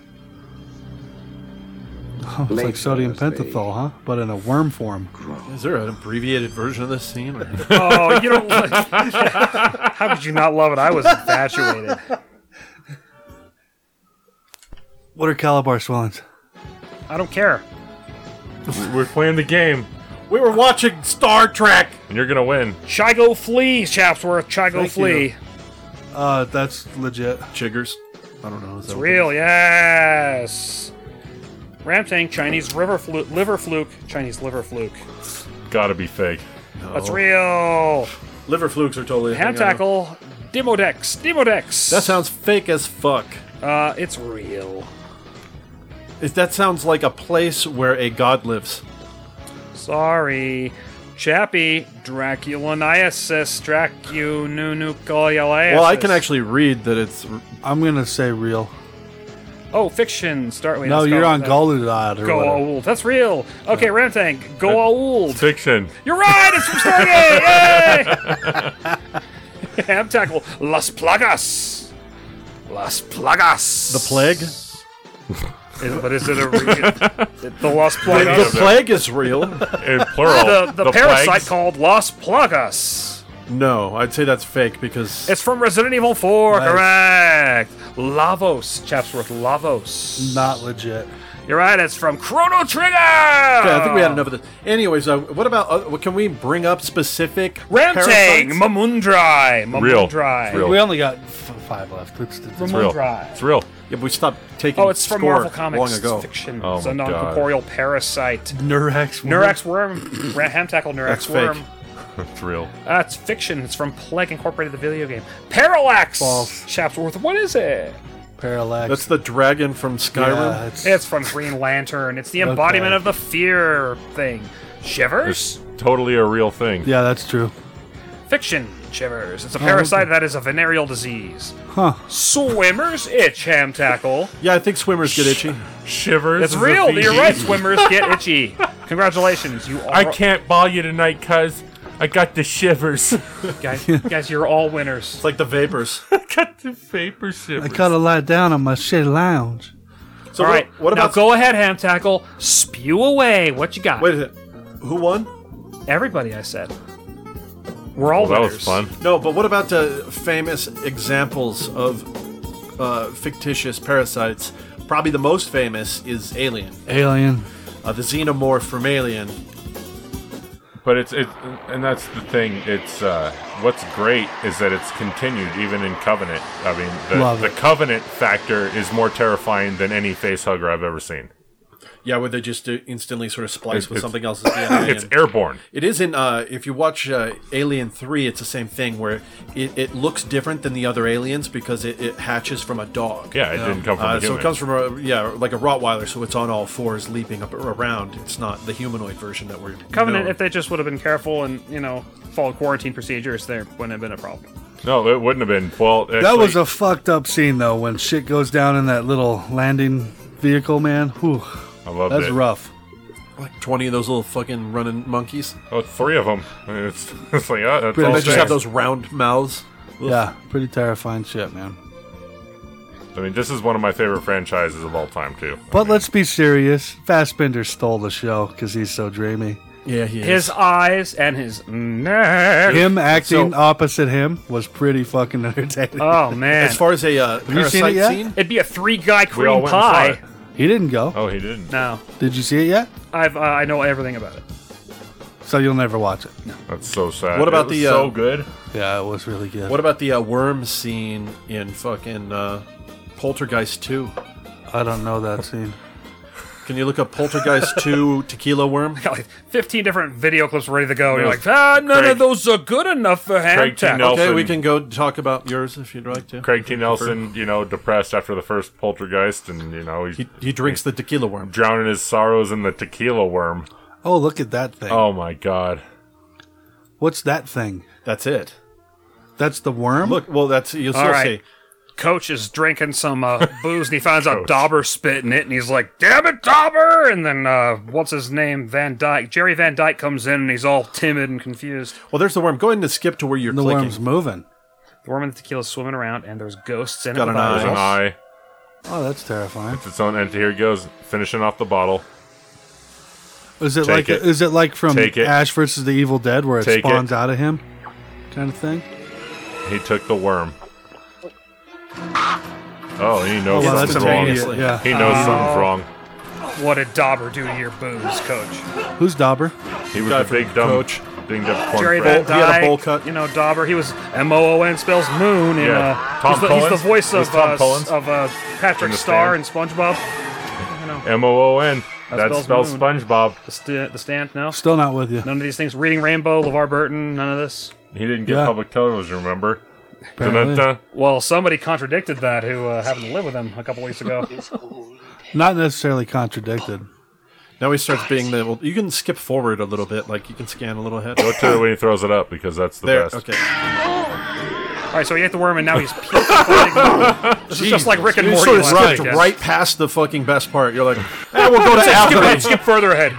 S4: Oh, it's like sodium pentothal, huh? But in a worm form.
S3: Is there an abbreviated version of this scene? Or...
S1: Oh, you don't. Like, how could you not love it? I was infatuated.
S4: What are Calabar swans?
S1: I don't care.
S2: We're playing the game,
S3: we were watching Star Trek.
S2: and you're gonna win.
S1: Chigo Flea, Chapsworth. Chigo
S4: Thank
S1: Flea.
S4: you. Uh, that's legit.
S3: Chiggers. I don't know. Is that what
S1: Real, yes. Ramtang, Chinese river fluke, liver fluke, Chinese liver fluke.
S2: Gotta be fake.
S4: Oh.
S1: That's real.
S3: it- Liver flukes are totally. a
S1: Hand
S3: thing I know.
S1: tackle, Demodex, Demodex.
S3: That sounds fake as fuck.
S1: Uh, it's real.
S3: Is that sounds like a place where a god lives?
S1: Sorry. Chappie, Draculainiasis, Dracununucoliasis.
S3: Well, I can actually read that it's.
S4: I'm gonna say real.
S1: Oh, fiction. Start with.
S4: no,
S1: let's
S4: you're
S1: go
S4: on
S1: with
S4: Goludad or
S1: that.
S4: whatever.
S1: Goa'uld. That's real. Okay, Ramtang, Goa'uld.
S2: Fiction.
S1: You're right. It's from Stargate. Yay! Ham tackle. Las Plagas. Las Plagas.
S3: The plague?
S1: Is- but is it a re- the Las
S3: The
S1: Plagas?
S3: plague is real.
S2: In plural.
S1: the, the, parasite
S2: plagues.
S1: called Las Plagas.
S3: no, I'd say that's fake because
S1: It's from Resident Evil 4. Correct. Lavos. Chapsworth. Lavos.
S4: Not legit.
S1: You're right. It's from Chrono Trigger.
S3: Yeah, I think we had enough of this. Anyways, uh, what about? Uh, what- can we bring up specific
S1: Ramtang.
S3: parasites?
S1: Mamundrai.
S2: Real.
S1: Mamundrai.
S2: It's real.
S4: We only got f- five left. It's, it's,
S2: It's real.
S1: Drive.
S2: It's real.
S3: Yeah, we stopped taking.
S1: Oh, it's from
S3: score
S1: Marvel Comics.
S3: long ago. Mm-hmm.
S1: It's fiction.
S2: Oh
S1: it's a
S2: my God.
S1: non-corporeal parasite.
S4: Nurex.
S1: Nurex worm. Ra- Ham tackle Nurex
S3: That's
S1: worm.
S3: fake.
S2: It's real.
S1: That's fiction. Uh, It's from Plague Incorporated, the video game. Parallax.
S4: False.
S1: Chapsworth. What is it?
S4: Parallax.
S3: That's the dragon from Skyrim.
S4: yeah, it's,
S1: It's from Green Lantern. It's the embodiment
S4: Okay.
S1: of the fear thing. Shivers.
S2: Totally a real thing.
S4: yeah, that's true.
S1: Fiction. Shivers. It's a parasite
S4: okay.
S1: that is a venereal disease.
S4: Huh.
S1: Swimmers itch. Ham tackle.
S3: Yeah, I think swimmers get itchy.
S2: Shivers.
S1: It's
S2: is a
S1: real.
S2: VD.
S1: You're right. Swimmers get itchy. Congratulations. You. Are
S2: I can't ball you tonight, cuz I got the shivers.
S1: guys. Guys, you're all winners.
S3: It's like the vapors.
S2: got the vapor shivers.
S4: I gotta lie down on my shit lounge.
S3: So
S1: All right.
S3: what, what
S1: now
S3: about?
S1: go ahead, ham tackle. Spew away. What you got?
S3: wait a minute. Who won?
S1: Everybody, I said. We're all
S2: well, Oh, that was
S1: winners.
S2: fun.
S3: No, but what about uh, famous examples of uh, fictitious parasites? Probably the most famous is Alien,
S4: Alien.
S3: uh, the xenomorph from Alien.
S2: But it's it, and that's the thing. It's uh, what's great is that it's continued even in Covenant. I mean,
S4: Love
S2: the, the
S4: it.
S2: Covenant factor is more terrifying than any face hugger I've ever seen.
S3: Yeah, where they just uh, instantly sort of splice
S2: It-
S3: with
S2: it's-
S3: something else at the end.
S2: It's airborne.
S3: It is in. Uh, if you watch uh, Alien Three, it's the same thing where it, it looks different than the other aliens because it, it hatches from a dog.
S2: Yeah, it didn't come from
S3: Uh,
S2: a
S3: so
S2: human.
S3: it comes from a yeah, like a Rottweiler. So it's on all fours, leaping up around. It's not the humanoid version that we're
S1: Covenant,
S3: known.
S1: if they just would have been careful and, you know, followed quarantine procedures, there wouldn't have been a problem.
S2: no, it wouldn't have been. Well,
S4: That was
S2: actually,
S4: a fucked up scene though when shit goes down in that little landing vehicle, man. Whew.
S2: I loved
S4: That's
S2: it.
S4: rough.
S3: like twenty of those little fucking running monkeys.
S2: Oh, three of them. It's, it's like uh, that's
S4: Pretty much
S3: They
S2: all there.
S3: just have those round mouths.
S4: Yeah, pretty terrifying shit, man.
S2: I mean, this is one of my favorite franchises of all time too. I
S4: But
S2: mean,
S4: let's be serious. Fassbender stole the show because he's so dreamy.
S3: Yeah, he is.
S1: His eyes and his neck.
S4: Him acting
S3: So-
S4: opposite him was pretty fucking entertaining.
S1: Oh, man.
S3: as far as a uh,
S4: you seen it
S3: parasite
S4: yet?
S3: scene,
S1: It'd be a three guy
S2: we all
S1: cream
S2: went and saw
S1: pie.
S2: it.
S4: he didn't go.
S2: Oh, he didn't.
S1: No.
S4: Did you see it yet?
S1: I've, uh, I know everything about it.
S4: So you'll never watch it.
S2: That's so sad.
S3: What about
S2: It was
S3: the, uh,
S2: so good?
S4: Yeah, it was really good.
S3: what about the uh, worm scene in fucking uh, Poltergeist Two?
S4: I don't know that scene.
S3: Can you look up Poltergeist 2 Tequila Worm?
S1: Got like 15 different video clips ready to go. and You're
S2: Yeah.
S1: like, ah, none
S2: Craig-
S1: of those are good enough for ham
S2: Craig T.
S1: tackle.
S2: Nelson.
S3: Okay, we can go talk about yours if you'd like to.
S2: Craig T. Nelson, you know, depressed after the first Poltergeist, and you know he's
S3: He, he drinks the tequila worm.
S2: drowning his sorrows in the tequila worm.
S4: Oh, look at that thing.
S2: Oh my god.
S4: What's that thing?
S3: That's it.
S4: That's the worm?
S3: Look, well, that's you'll still
S1: All right.
S3: see.
S1: coach is drinking some uh, booze and he finds out Dauber spit in it and he's like, damn it, Dauber! And then, uh, what's his name? Van Dyke. Jerry Van Dyke comes in and he's all timid and confused.
S3: Well, there's the worm. Go ahead and skip to where you're
S4: The
S3: clicking.
S4: worm's moving.
S1: The worm and the tequila's swimming around and there's ghosts in it.
S3: Got an
S1: with
S3: eye.
S2: There's an
S1: eyeballs.
S2: eye.
S4: Oh, that's terrifying.
S2: It's its own entity. Here it goes, finishing off the bottle.
S4: Is it like
S2: Take it.
S4: is it like from
S2: Take it.
S4: Ash versus the Evil Dead where it
S2: Take it.
S4: spawns out of him, kind of thing?
S2: He took the worm. Oh, he knows
S4: yeah, that's
S2: something's wrong.
S3: instantaneous.
S4: immediate. Yeah.
S2: He knows
S3: Uh,
S2: something's wrong.
S1: What did Dauber do to your boobs, coach?
S4: Who's Dauber?
S2: He was
S3: Guy
S2: a
S3: from
S2: big dumb,
S3: Coach.
S2: big dumb corn
S1: Jerry
S2: frat.
S1: Van
S3: Bowl- he had a
S1: Dyke.
S3: bowl cut.
S1: You know, Dauber. He was M O O N spells moon. And,
S2: Yeah.
S1: uh,
S2: Tom
S1: he's, the, he's the
S2: Collins?
S1: voice
S2: It was
S1: of,
S2: Tom
S1: uh, s-
S2: Collins?
S1: of uh,
S2: In
S1: Patrick
S2: the
S1: Star and
S2: stand.
S1: SpongeBob.
S2: M O O N.
S1: That
S2: That
S1: spells
S2: spells
S1: moon.
S2: SpongeBob.
S1: The, st- the stand, no?
S4: Still not with you.
S1: None of these things. Reading Rainbow, LeVar Burton, none of this.
S2: He didn't get
S4: Yeah.
S2: public television, remember?
S4: Apparently.
S2: Dun-dun-dun.
S1: Well, somebody contradicted that who uh, happened to live with him a couple weeks ago.
S4: Not necessarily contradicted.
S3: Now he starts being the. Well, you can skip forward a little bit, like you can scan a little ahead.
S2: Go to it when he throws it up because that's the
S3: there.
S2: best.
S3: Okay.
S1: All right, so he ate the worm and now he's puking. blood. this is just like Rick and
S3: you
S1: Morty.
S3: sort of
S1: last
S3: skipped
S1: week,
S3: right,
S1: yes.
S3: past the fucking best part. You're like, eh, we'll go to
S1: Skip ahead,
S3: Alchemy.
S1: skip further ahead.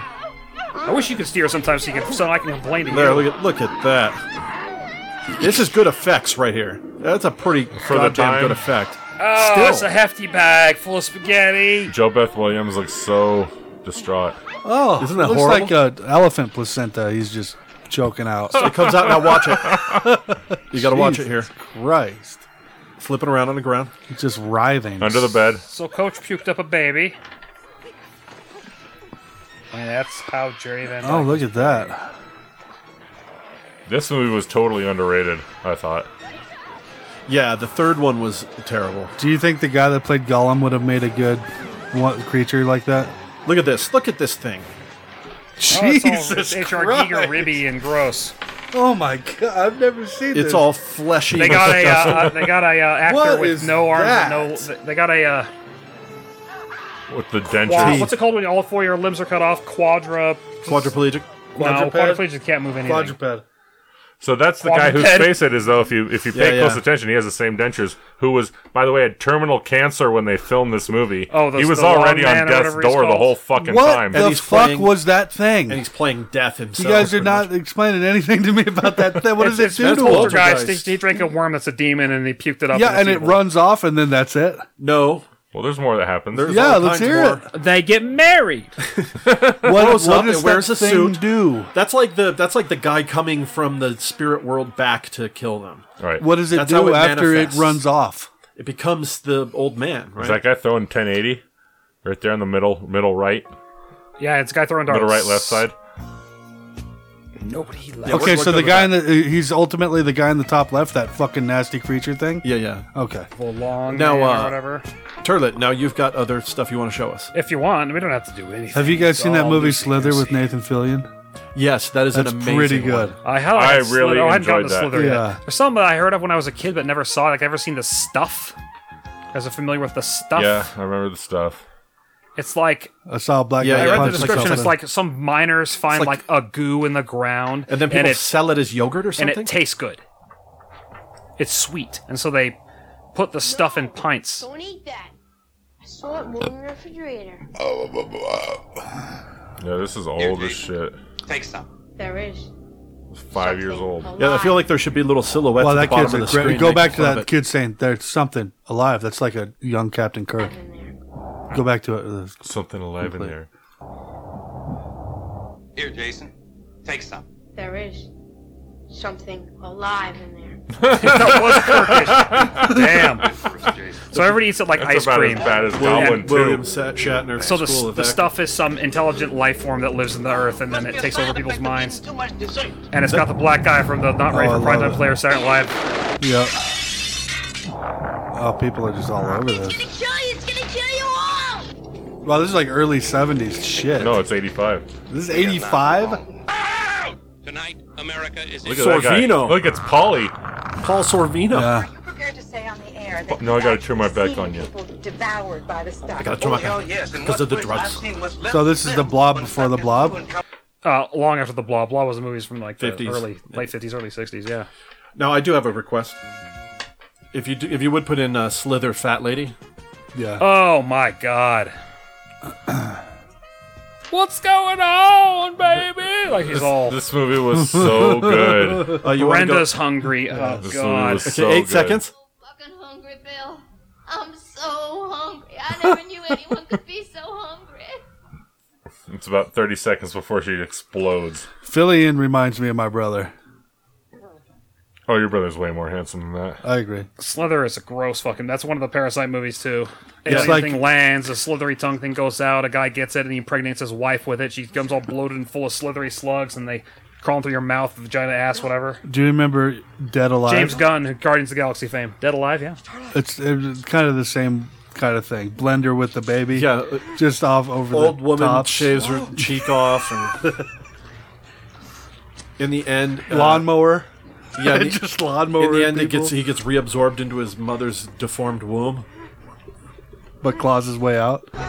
S1: I wish you could steer sometimes so you can so I can complain to you.
S3: There, look at look at that. This is good effects right here. That's a pretty
S2: the
S3: goddamn
S2: time.
S3: good effect.
S1: oh,
S3: Still.
S1: it's a hefty bag full of spaghetti.
S2: Joe Beth Williams looks so distraught.
S4: Oh,
S3: Isn't that
S4: looks
S3: horrible?
S4: like an elephant placenta. He's just choking out.
S3: It comes out now. Watch it. You got to watch it here.
S4: Jesus Christ,
S3: Flipping around on the ground.
S4: it's just writhing
S2: Under the bed.
S1: So Coach puked up a baby. And that's how Jerry Van Dyke.
S4: Oh, look at that.
S2: This movie was totally underrated, I thought.
S3: Yeah, the third one was terrible.
S4: Do you think the guy that played Gollum would have made a good one creature like that?
S3: Look at this. Look at this thing.
S1: Oh, it's all
S4: Jesus
S1: HR Giger,
S4: Christ.
S1: ribby, and gross.
S4: Oh my god, I've never seen this.
S3: It's all fleshy.
S1: They got a uh, uh, they got a uh, actor
S4: What
S1: with
S4: is
S1: no arms and
S4: that?
S1: no. They got a uh,
S2: With the
S1: quad-
S2: dentures.
S1: what's it called when all four of your limbs are cut off? Quadra.
S3: quadriplegic.
S1: No,
S4: Quadruped?
S1: quadriplegic can't move anything.
S4: quadruped.
S2: So that's the guy whose
S1: Quadruped.
S2: face it is, though. If you if you pay
S3: Yeah,
S2: close
S3: yeah.
S2: attention, he has the same dentures. Who was, by the way, had terminal cancer when they filmed this movie.
S1: Oh, those-
S2: he was
S1: the long
S2: already
S1: man
S2: on
S1: or
S2: death's
S1: whatever he's
S2: door the
S1: called.
S2: whole fucking
S4: What
S2: time.
S4: the
S3: he's
S4: fuck
S3: playing-
S4: was that thing?
S3: And he's playing death himself.
S4: You guys are
S3: pretty
S4: not
S3: much.
S4: explaining anything to me about that thing. What does it
S1: It's,
S4: do
S1: it's
S4: to him?
S1: poltergeist.
S3: Poltergeist.
S1: He, he drank a worm that's a demon, and he puked it up.
S4: Yeah, and
S1: it's
S4: it
S1: evil.
S4: runs off, and then that's it.
S3: No.
S2: well, there's more that happens.
S3: There's
S4: Yeah,
S3: all
S4: let's
S3: kinds
S4: hear
S3: more.
S4: it.
S1: They get married.
S4: What,
S3: Blows
S4: what
S3: up,
S4: does
S3: it wears
S4: that
S3: a
S4: thing
S3: suit.
S4: do?
S3: That's like the that's like the guy coming from the spirit world back to kill them.
S2: All right.
S4: What does it
S3: That's how
S4: do
S3: it
S4: after
S3: manifests.
S4: it runs off?
S3: It becomes the old man, right?
S2: Is that guy throwing 1080? Right there in the middle, middle right,
S1: Yeah, it's a guy throwing darts.
S2: middle right, left side.
S6: Nobody left.
S3: Yeah,
S4: okay,
S3: we're-
S4: so
S3: we're
S4: the
S3: good
S4: guy in
S3: with
S4: the uh, he's ultimately the guy in the top left, that fucking nasty creature thing.
S3: that. yeah, yeah.
S4: Okay,
S1: Well, long
S3: Now,
S1: now,
S3: uh,
S1: or whatever.
S3: Turlet. Now you've got other stuff you want to show us.
S1: If you want, we don't have to do anything.
S4: have you guys
S1: It's
S4: seen that
S1: all
S4: movie
S1: loosey-goosey.
S4: Slither with Nathan Fillion?
S3: Yes, that is
S4: That's
S3: an amazing.
S4: pretty good.
S3: one.
S1: I, how,
S2: I
S1: hadn't slid-
S2: really
S1: oh, I hadn't gotten
S2: enjoyed
S1: to
S2: that.
S1: Slither
S4: Yeah.
S1: yet. There's some that I heard of when I was a kid but never saw. Like, I've ever seen the stuff. You guys are familiar with the stuff?
S2: Yeah, I remember the stuff.
S1: It's like
S4: I saw a black
S3: Yeah,
S4: guy
S3: yeah,
S1: I read
S4: punch
S1: the description.
S4: myself
S1: It's
S4: in-
S1: like some miners find
S3: like-
S1: like, a goo in the ground,
S3: And then people
S1: and it,
S3: sell it as yogurt or
S1: and
S3: something.
S1: it tastes good. It's sweet, and so they put the stuff in pints.
S8: Don't eat that. I saw it moving in the refrigerator.
S2: Yeah, this is old as shit.
S9: Take some.
S8: There is.
S2: It's five years old.
S3: yeah, I feel like there should be little silhouettes
S4: Well,
S3: at the
S4: that
S3: bottom
S4: kid's
S3: of the
S4: a great.
S3: screen.
S4: Go
S3: making
S4: back to
S3: fun of
S4: that
S3: it.
S4: kid saying there's something alive. That's like a young Captain Kirk. Go back to it. uh,
S2: Something alive in there.
S9: Here, Jason. Take some.
S8: There is something alive in there.
S1: that was Kirkish. Damn.
S9: Jason.
S1: So everybody eats it like
S2: That's
S1: ice
S2: about
S1: cream.
S2: as bad as
S3: William,
S2: Goblin
S3: William
S2: Two.
S3: Shat- Shatner.
S1: So the,
S3: School
S1: the
S3: of Act-
S1: stuff is some intelligent life form that lives in the earth, and then it takes over people's minds. And it's got the black guy from the Not Ready
S4: Oh, I
S1: for Prime
S4: love
S1: Time
S4: it.
S1: Player Saturday Night Live.
S4: Yep. Oh, people are just all over this.
S8: Kill you! It's gonna kill you all!
S4: Wow, this is like early '70s shit.
S2: No, it's 85.
S4: this is '85.
S9: Tonight, America is
S2: Look at that guy.
S3: Sorvino.
S2: Look, it's Polly.
S3: Paul Sorvino.
S4: Yeah,
S10: prepared to say on the air that
S2: No, I gotta turn my back on you.
S10: people devoured by the stuff.
S3: I gotta turn my
S1: Oh,
S3: back.
S9: yes, and
S3: 'Cause of the
S9: what's
S3: drugs.
S9: worse, I've seen what's left
S4: So this is the blob
S9: when
S4: before the
S9: something's
S4: blob?
S9: new and com-
S1: Uh, long after the Blah Blah was the movies from like the
S3: 50s.
S1: early late fifties, early sixties. Yeah.
S3: Now I do have a request. If you do, if you would put in uh, Slither Fat Lady,
S4: Yeah.
S1: Oh my god. What's going on, baby? Like he's
S2: This,
S1: all
S2: this movie was so good.
S3: uh, you wanna go-
S1: Brenda's hungry. Oh
S2: This movie
S1: god.
S2: was
S3: Okay,
S2: so
S3: eight
S2: good.
S3: seconds.
S11: Fucking hungry, Bill. I'm so hungry. I never knew anyone could be so hungry.
S2: It's about 30 seconds before she explodes.
S4: Philly Ian reminds me of my brother.
S2: Oh, your brother's way more handsome than that.
S4: I agree.
S1: Slither is a gross fucking. That's one of the Parasite movies too.
S4: It's
S1: Alien
S4: like-
S1: thing lands, a slithery tongue thing goes out. A guy gets it and he impregnates his wife with it. She becomes all bloated and full of slithery slugs, and they crawl through your mouth, vagina, ass, whatever.
S4: Do you remember Dead Alive?
S1: James Gunn, Guardians of the Galaxy fame, dead alive, yeah.
S4: It's, it's kind of the same kind of thing. Blender with the baby.
S3: Yeah,
S4: Just off over
S3: old
S4: the
S3: woman
S4: top.
S3: shaves her cheek off, and in the end, uh,
S4: lawnmower.
S3: yeah, in the-
S4: just lawnmower.
S3: in the end, he
S4: people,
S3: gets he gets reabsorbed into his mother's deformed womb.
S4: but claws his way out.
S2: Oh,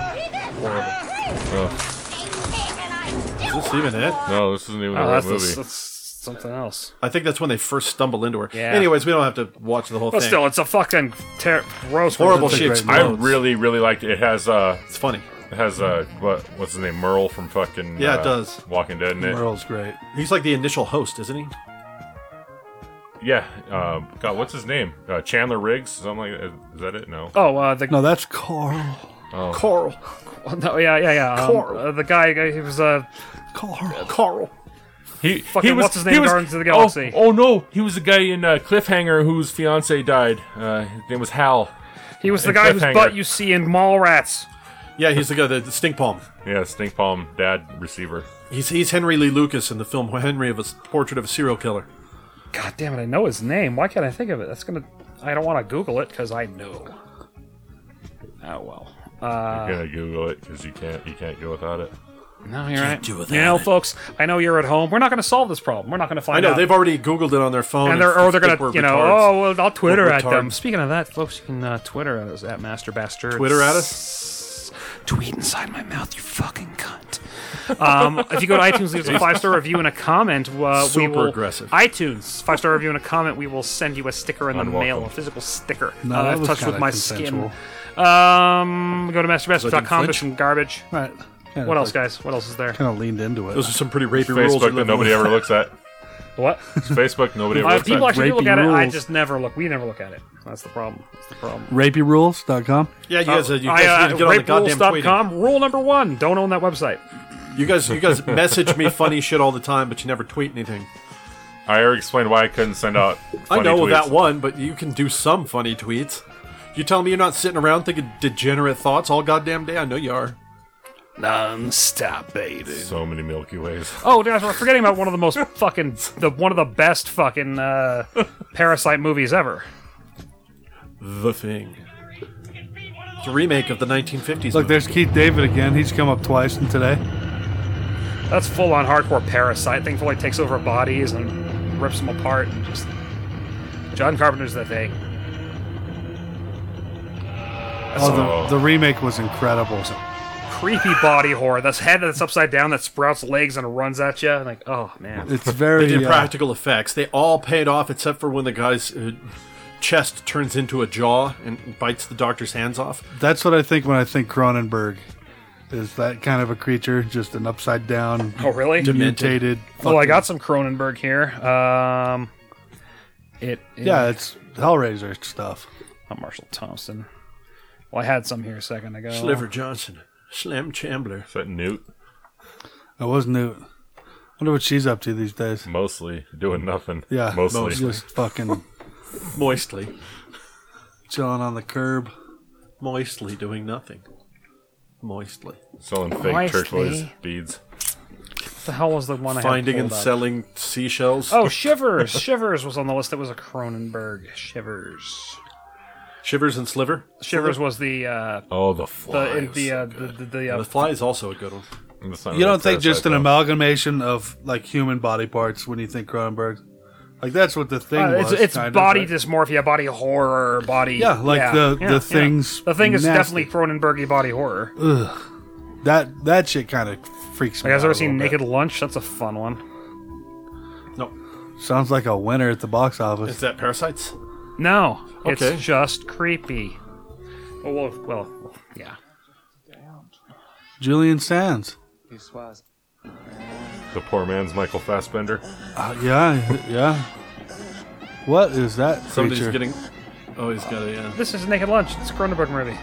S3: Is this even it?
S2: no, this isn't even
S1: Oh,
S2: the right
S1: that's,
S2: movie.
S1: that's, that's something else.
S3: I think that's when they first stumble into her.
S1: Yeah.
S3: Anyways, we don't have to watch the whole
S1: But
S3: thing.
S1: still, it's a fucking ter- gross.
S3: Horrible.
S1: movie.
S3: She
S4: great
S2: I
S3: explodes.
S2: really, really liked it. It has uh,
S3: It's funny.
S2: it has uh, what what's his name, Merle from fucking
S3: Yeah, it
S2: uh,
S3: does.
S2: Walking Dead, in it.
S4: Merle's great.
S3: He's like the initial host, isn't he?
S2: Yeah, um, God, what's his name? Uh, Chandler Riggs, something like that. Is that it? No.
S1: Oh, uh, the
S4: No, that's Carl.
S3: Carl.
S1: no, yeah, yeah, yeah. um,
S3: Carl.
S1: uh, the guy, uh, he was uh,
S4: Carl.
S3: Carl.
S2: He,
S1: Fucking what's his name, Guardians of the Galaxy.
S2: Oh, oh no, he was the guy in uh, Cliffhanger whose fiance died. Uh, his name was Hal.
S1: he was the
S2: And
S1: guy whose
S2: Cliffhanger.
S1: butt you see in Mallrats.
S3: Yeah, he's the guy, the, the stink palm.
S2: Yeah, Stink Palm Dad receiver.
S3: He's he's Henry Lee Lucas in the film Henry of a Portrait of a Serial Killer.
S1: God damn it! I know his name. Why can't I think of it? That's gonna. I don't want to Google it because I know. Oh well. Uh,
S2: You're gonna Google it because you can't you can't go without it.
S1: No, you're right. Do you know, folks, I know you're at home. We're not going to solve this problem. We're not going to find
S3: I know
S1: out.
S3: they've already Googled it on their phone,
S1: and they're
S3: f-
S1: or they're
S3: think
S1: gonna
S3: we're
S1: you know
S3: retards.
S1: oh well I'll Twitter
S3: We're
S1: at them.
S3: retards.
S1: Speaking of that, folks, you can uh, Twitter us at Master Bastard.
S3: Twitter at
S1: us. Tweet inside my mouth, you fucking cunt. Um, if you go to iTunes, leave us a five star review and a comment. Uh, we
S3: Super
S1: will,
S3: aggressive.
S1: iTunes five star review and a comment. We will send you a sticker in the
S2: Unwelcome.
S1: mail, a physical sticker.
S4: No,
S1: uh,
S4: that
S1: in
S4: was
S1: touch with
S4: kinda
S1: my
S4: consensual.
S1: skin. Um, go to masterbastard.com. There's
S3: flinch?
S1: some garbage.
S4: Right. Kinda
S1: What else,
S4: like-
S1: guys? What else is there?
S4: Kind of leaned into it.
S3: Those are some pretty rapey rules.
S2: Facebook that nobody ever looks at.
S1: What?
S2: It's Facebook nobody ever
S1: Uh,
S2: looks at.
S1: people actually do look at it.
S4: rapey
S1: I
S4: rules.
S1: just never look. We never look at it. That's the problem. That's the problem.
S4: RapeyRules.com.
S3: Yeah, you guys, uh, you
S1: I,
S3: guys need
S1: uh,
S3: to get on the goddamn
S1: raperules.com,
S3: tweeting.
S1: Rule number one: don't own that website.
S3: You guys, you guys message me funny shit all the time, but you never tweet anything.
S2: I already explained why I couldn't send out. Funny
S3: I know
S2: tweets.
S3: that one, but you can do some funny tweets. You telling me you're not sitting around thinking degenerate thoughts all goddamn day? I know you are.
S6: Non-stop, baby.
S2: So many Milky Ways.
S1: Oh, guys, we're forgetting about one of the most fucking, the one of the best fucking uh, parasite movies ever.
S3: The thing. It's a remake of the 1950s.
S4: Look, there's Keith David again. He's come up twice in today.
S1: That's full on hardcore parasite thing. Fully takes over bodies and rips them apart and just. John Carpenter's the thing.
S4: Oh, the, the remake was incredible.
S1: Creepy body horror. This head that's upside down that sprouts legs and runs at you. Like, oh man.
S4: It's
S3: They
S4: very
S3: did
S4: uh,
S3: practical effects. They all paid off except for when the guy's uh, chest turns into a jaw and bites the doctor's hands off.
S4: That's what I think when I think Cronenberg. Is that kind of a creature, just an upside down,
S1: Oh really?
S4: mutated?
S1: Well, I
S4: fucking-
S1: got some Cronenberg here. Um, it
S4: Yeah, it's Hellraiser stuff.
S1: Not Marshall Thompson. Well, I had some here a second ago.
S3: Sliver Johnson, Slim Chambler.
S2: Is that Newt?
S4: I was Newt. Wonder what she's up to these days.
S2: Mostly doing nothing.
S4: Yeah,
S2: mostly.
S4: just fucking
S3: Moistly,
S4: chilling on the curb.
S3: moistly doing nothing. Moistly.
S2: selling fake
S1: Mostly.
S2: turquoise beads.
S1: What the hell was the one I had
S3: Finding and
S1: pulled up?
S3: selling seashells.
S1: Oh, Shivers. Shivers was on the list. That was a Cronenberg. Shivers.
S3: Shivers and Sliver.
S1: Shivers was the uh,
S2: Oh, the
S1: the
S2: flies.
S1: in, the, uh, the the, the
S3: The
S1: uh,
S3: Fly is also a good one.
S2: That's not
S4: You
S2: really
S4: don't think just
S2: parasite,
S4: an
S2: though.
S4: amalgamation of like human body parts when you think Cronenberg? Like that's what the thing
S1: uh,
S4: was.
S1: it's it's
S4: kind of,
S1: body
S4: right?
S1: dysmorphia, body horror, body.
S4: Yeah, like the- the thing's
S1: The thing is
S4: nasty.
S1: definitely Cronenbergy body horror. Have
S4: that that shit kind of freaks me.
S1: you guys
S4: out a
S1: ever seen
S4: little bit.
S1: Naked Lunch? That's a fun one.
S3: No,
S4: Sounds like a winner at the box
S3: is
S4: office.
S3: that Parasites?
S1: No,
S3: Okay.
S1: it's just creepy. Oh, well, well, yeah.
S4: Julian Sands.
S5: This was.
S2: The poor man's Michael Fassbender.
S4: Uh, yeah, yeah. What is that
S3: Somebody's
S4: creature?
S3: getting. Oh, he's got a. Yeah.
S1: This is Naked Lunch. It's a Cronenberg movie.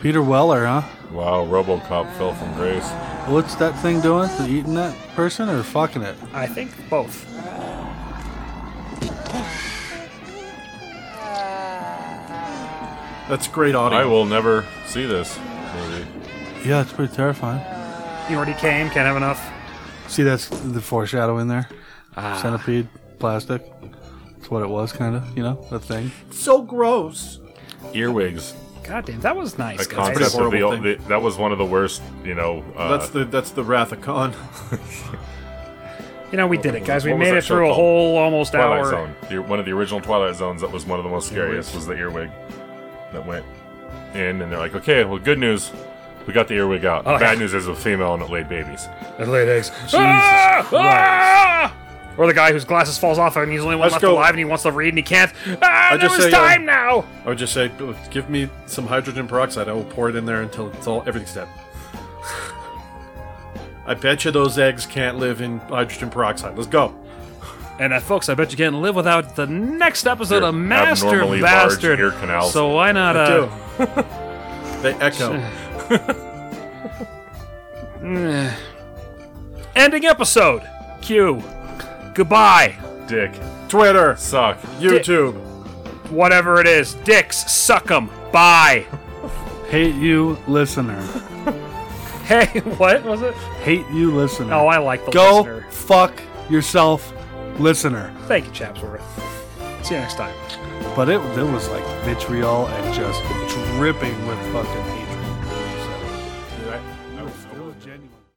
S4: Peter Weller, huh?
S2: Wow, RoboCop fell from grace.
S4: What's that thing doing? Is it eating that person or fucking it?
S1: I think both.
S3: That's great audio.
S2: I will never see this movie.
S4: Yeah, it's pretty terrifying.
S1: You already came. Can't have enough.
S4: See, that's the foreshadowing there.
S1: Ah.
S4: Centipede, plastic. That's what it was, kind of. You know, the thing.
S3: So gross.
S2: Earwigs.
S1: God damn, that was nice.
S2: a
S1: guys.
S2: concept of the,
S3: horrible
S2: the that was one of the worst. You know, uh,
S3: that's the that's the Wrath of Khan.
S1: You know, we did it, guys. We
S2: What was
S1: made
S2: that
S1: it
S2: show
S1: through a
S2: called?
S1: whole almost
S2: Twilight
S1: hour.
S2: Zone. The, one of the original Twilight Zones that was one of the most scariest
S3: Earwigs.
S2: was the earwig that went in, and they're like, okay, well, good news, we got the earwig out.
S1: Oh,
S2: Bad
S1: yeah.
S2: news is a female and it laid babies.
S1: It laid eggs. Ah! Ah! Or the guy whose glasses falls off and he's the only one
S3: Let's
S1: left
S3: go.
S1: alive and he wants to read and he can't. Ah,
S3: I
S1: I
S3: just
S1: just was
S3: say, uh,
S1: time now.
S3: I would just say, "Oh, give me some hydrogen peroxide. I will pour it in there until it's all everything's dead. I bet you those eggs can't live in hydrogen peroxide. Let's go.
S1: And uh, folks, I bet you can't live without the next episode
S2: Your
S1: of Master
S2: abnormally large
S1: Bastard.
S2: ear canals.
S1: So why not?
S3: I
S1: Uh,
S3: do. they echo.
S1: mm. ending episode. Q. Goodbye.
S2: Dick,
S3: Twitter,
S2: suck.
S3: YouTube.
S1: Whatever it is, dicks suck 'em. Bye.
S4: Hate you, listener.
S1: hey, what was it?
S4: Hate you, listener.
S1: Oh, I like the
S4: Go
S1: listener.
S4: fuck yourself, listener.
S1: Thank you, Chapsworth. See you next time.
S4: But it, it was like vitriol and just dripping with fucking hate.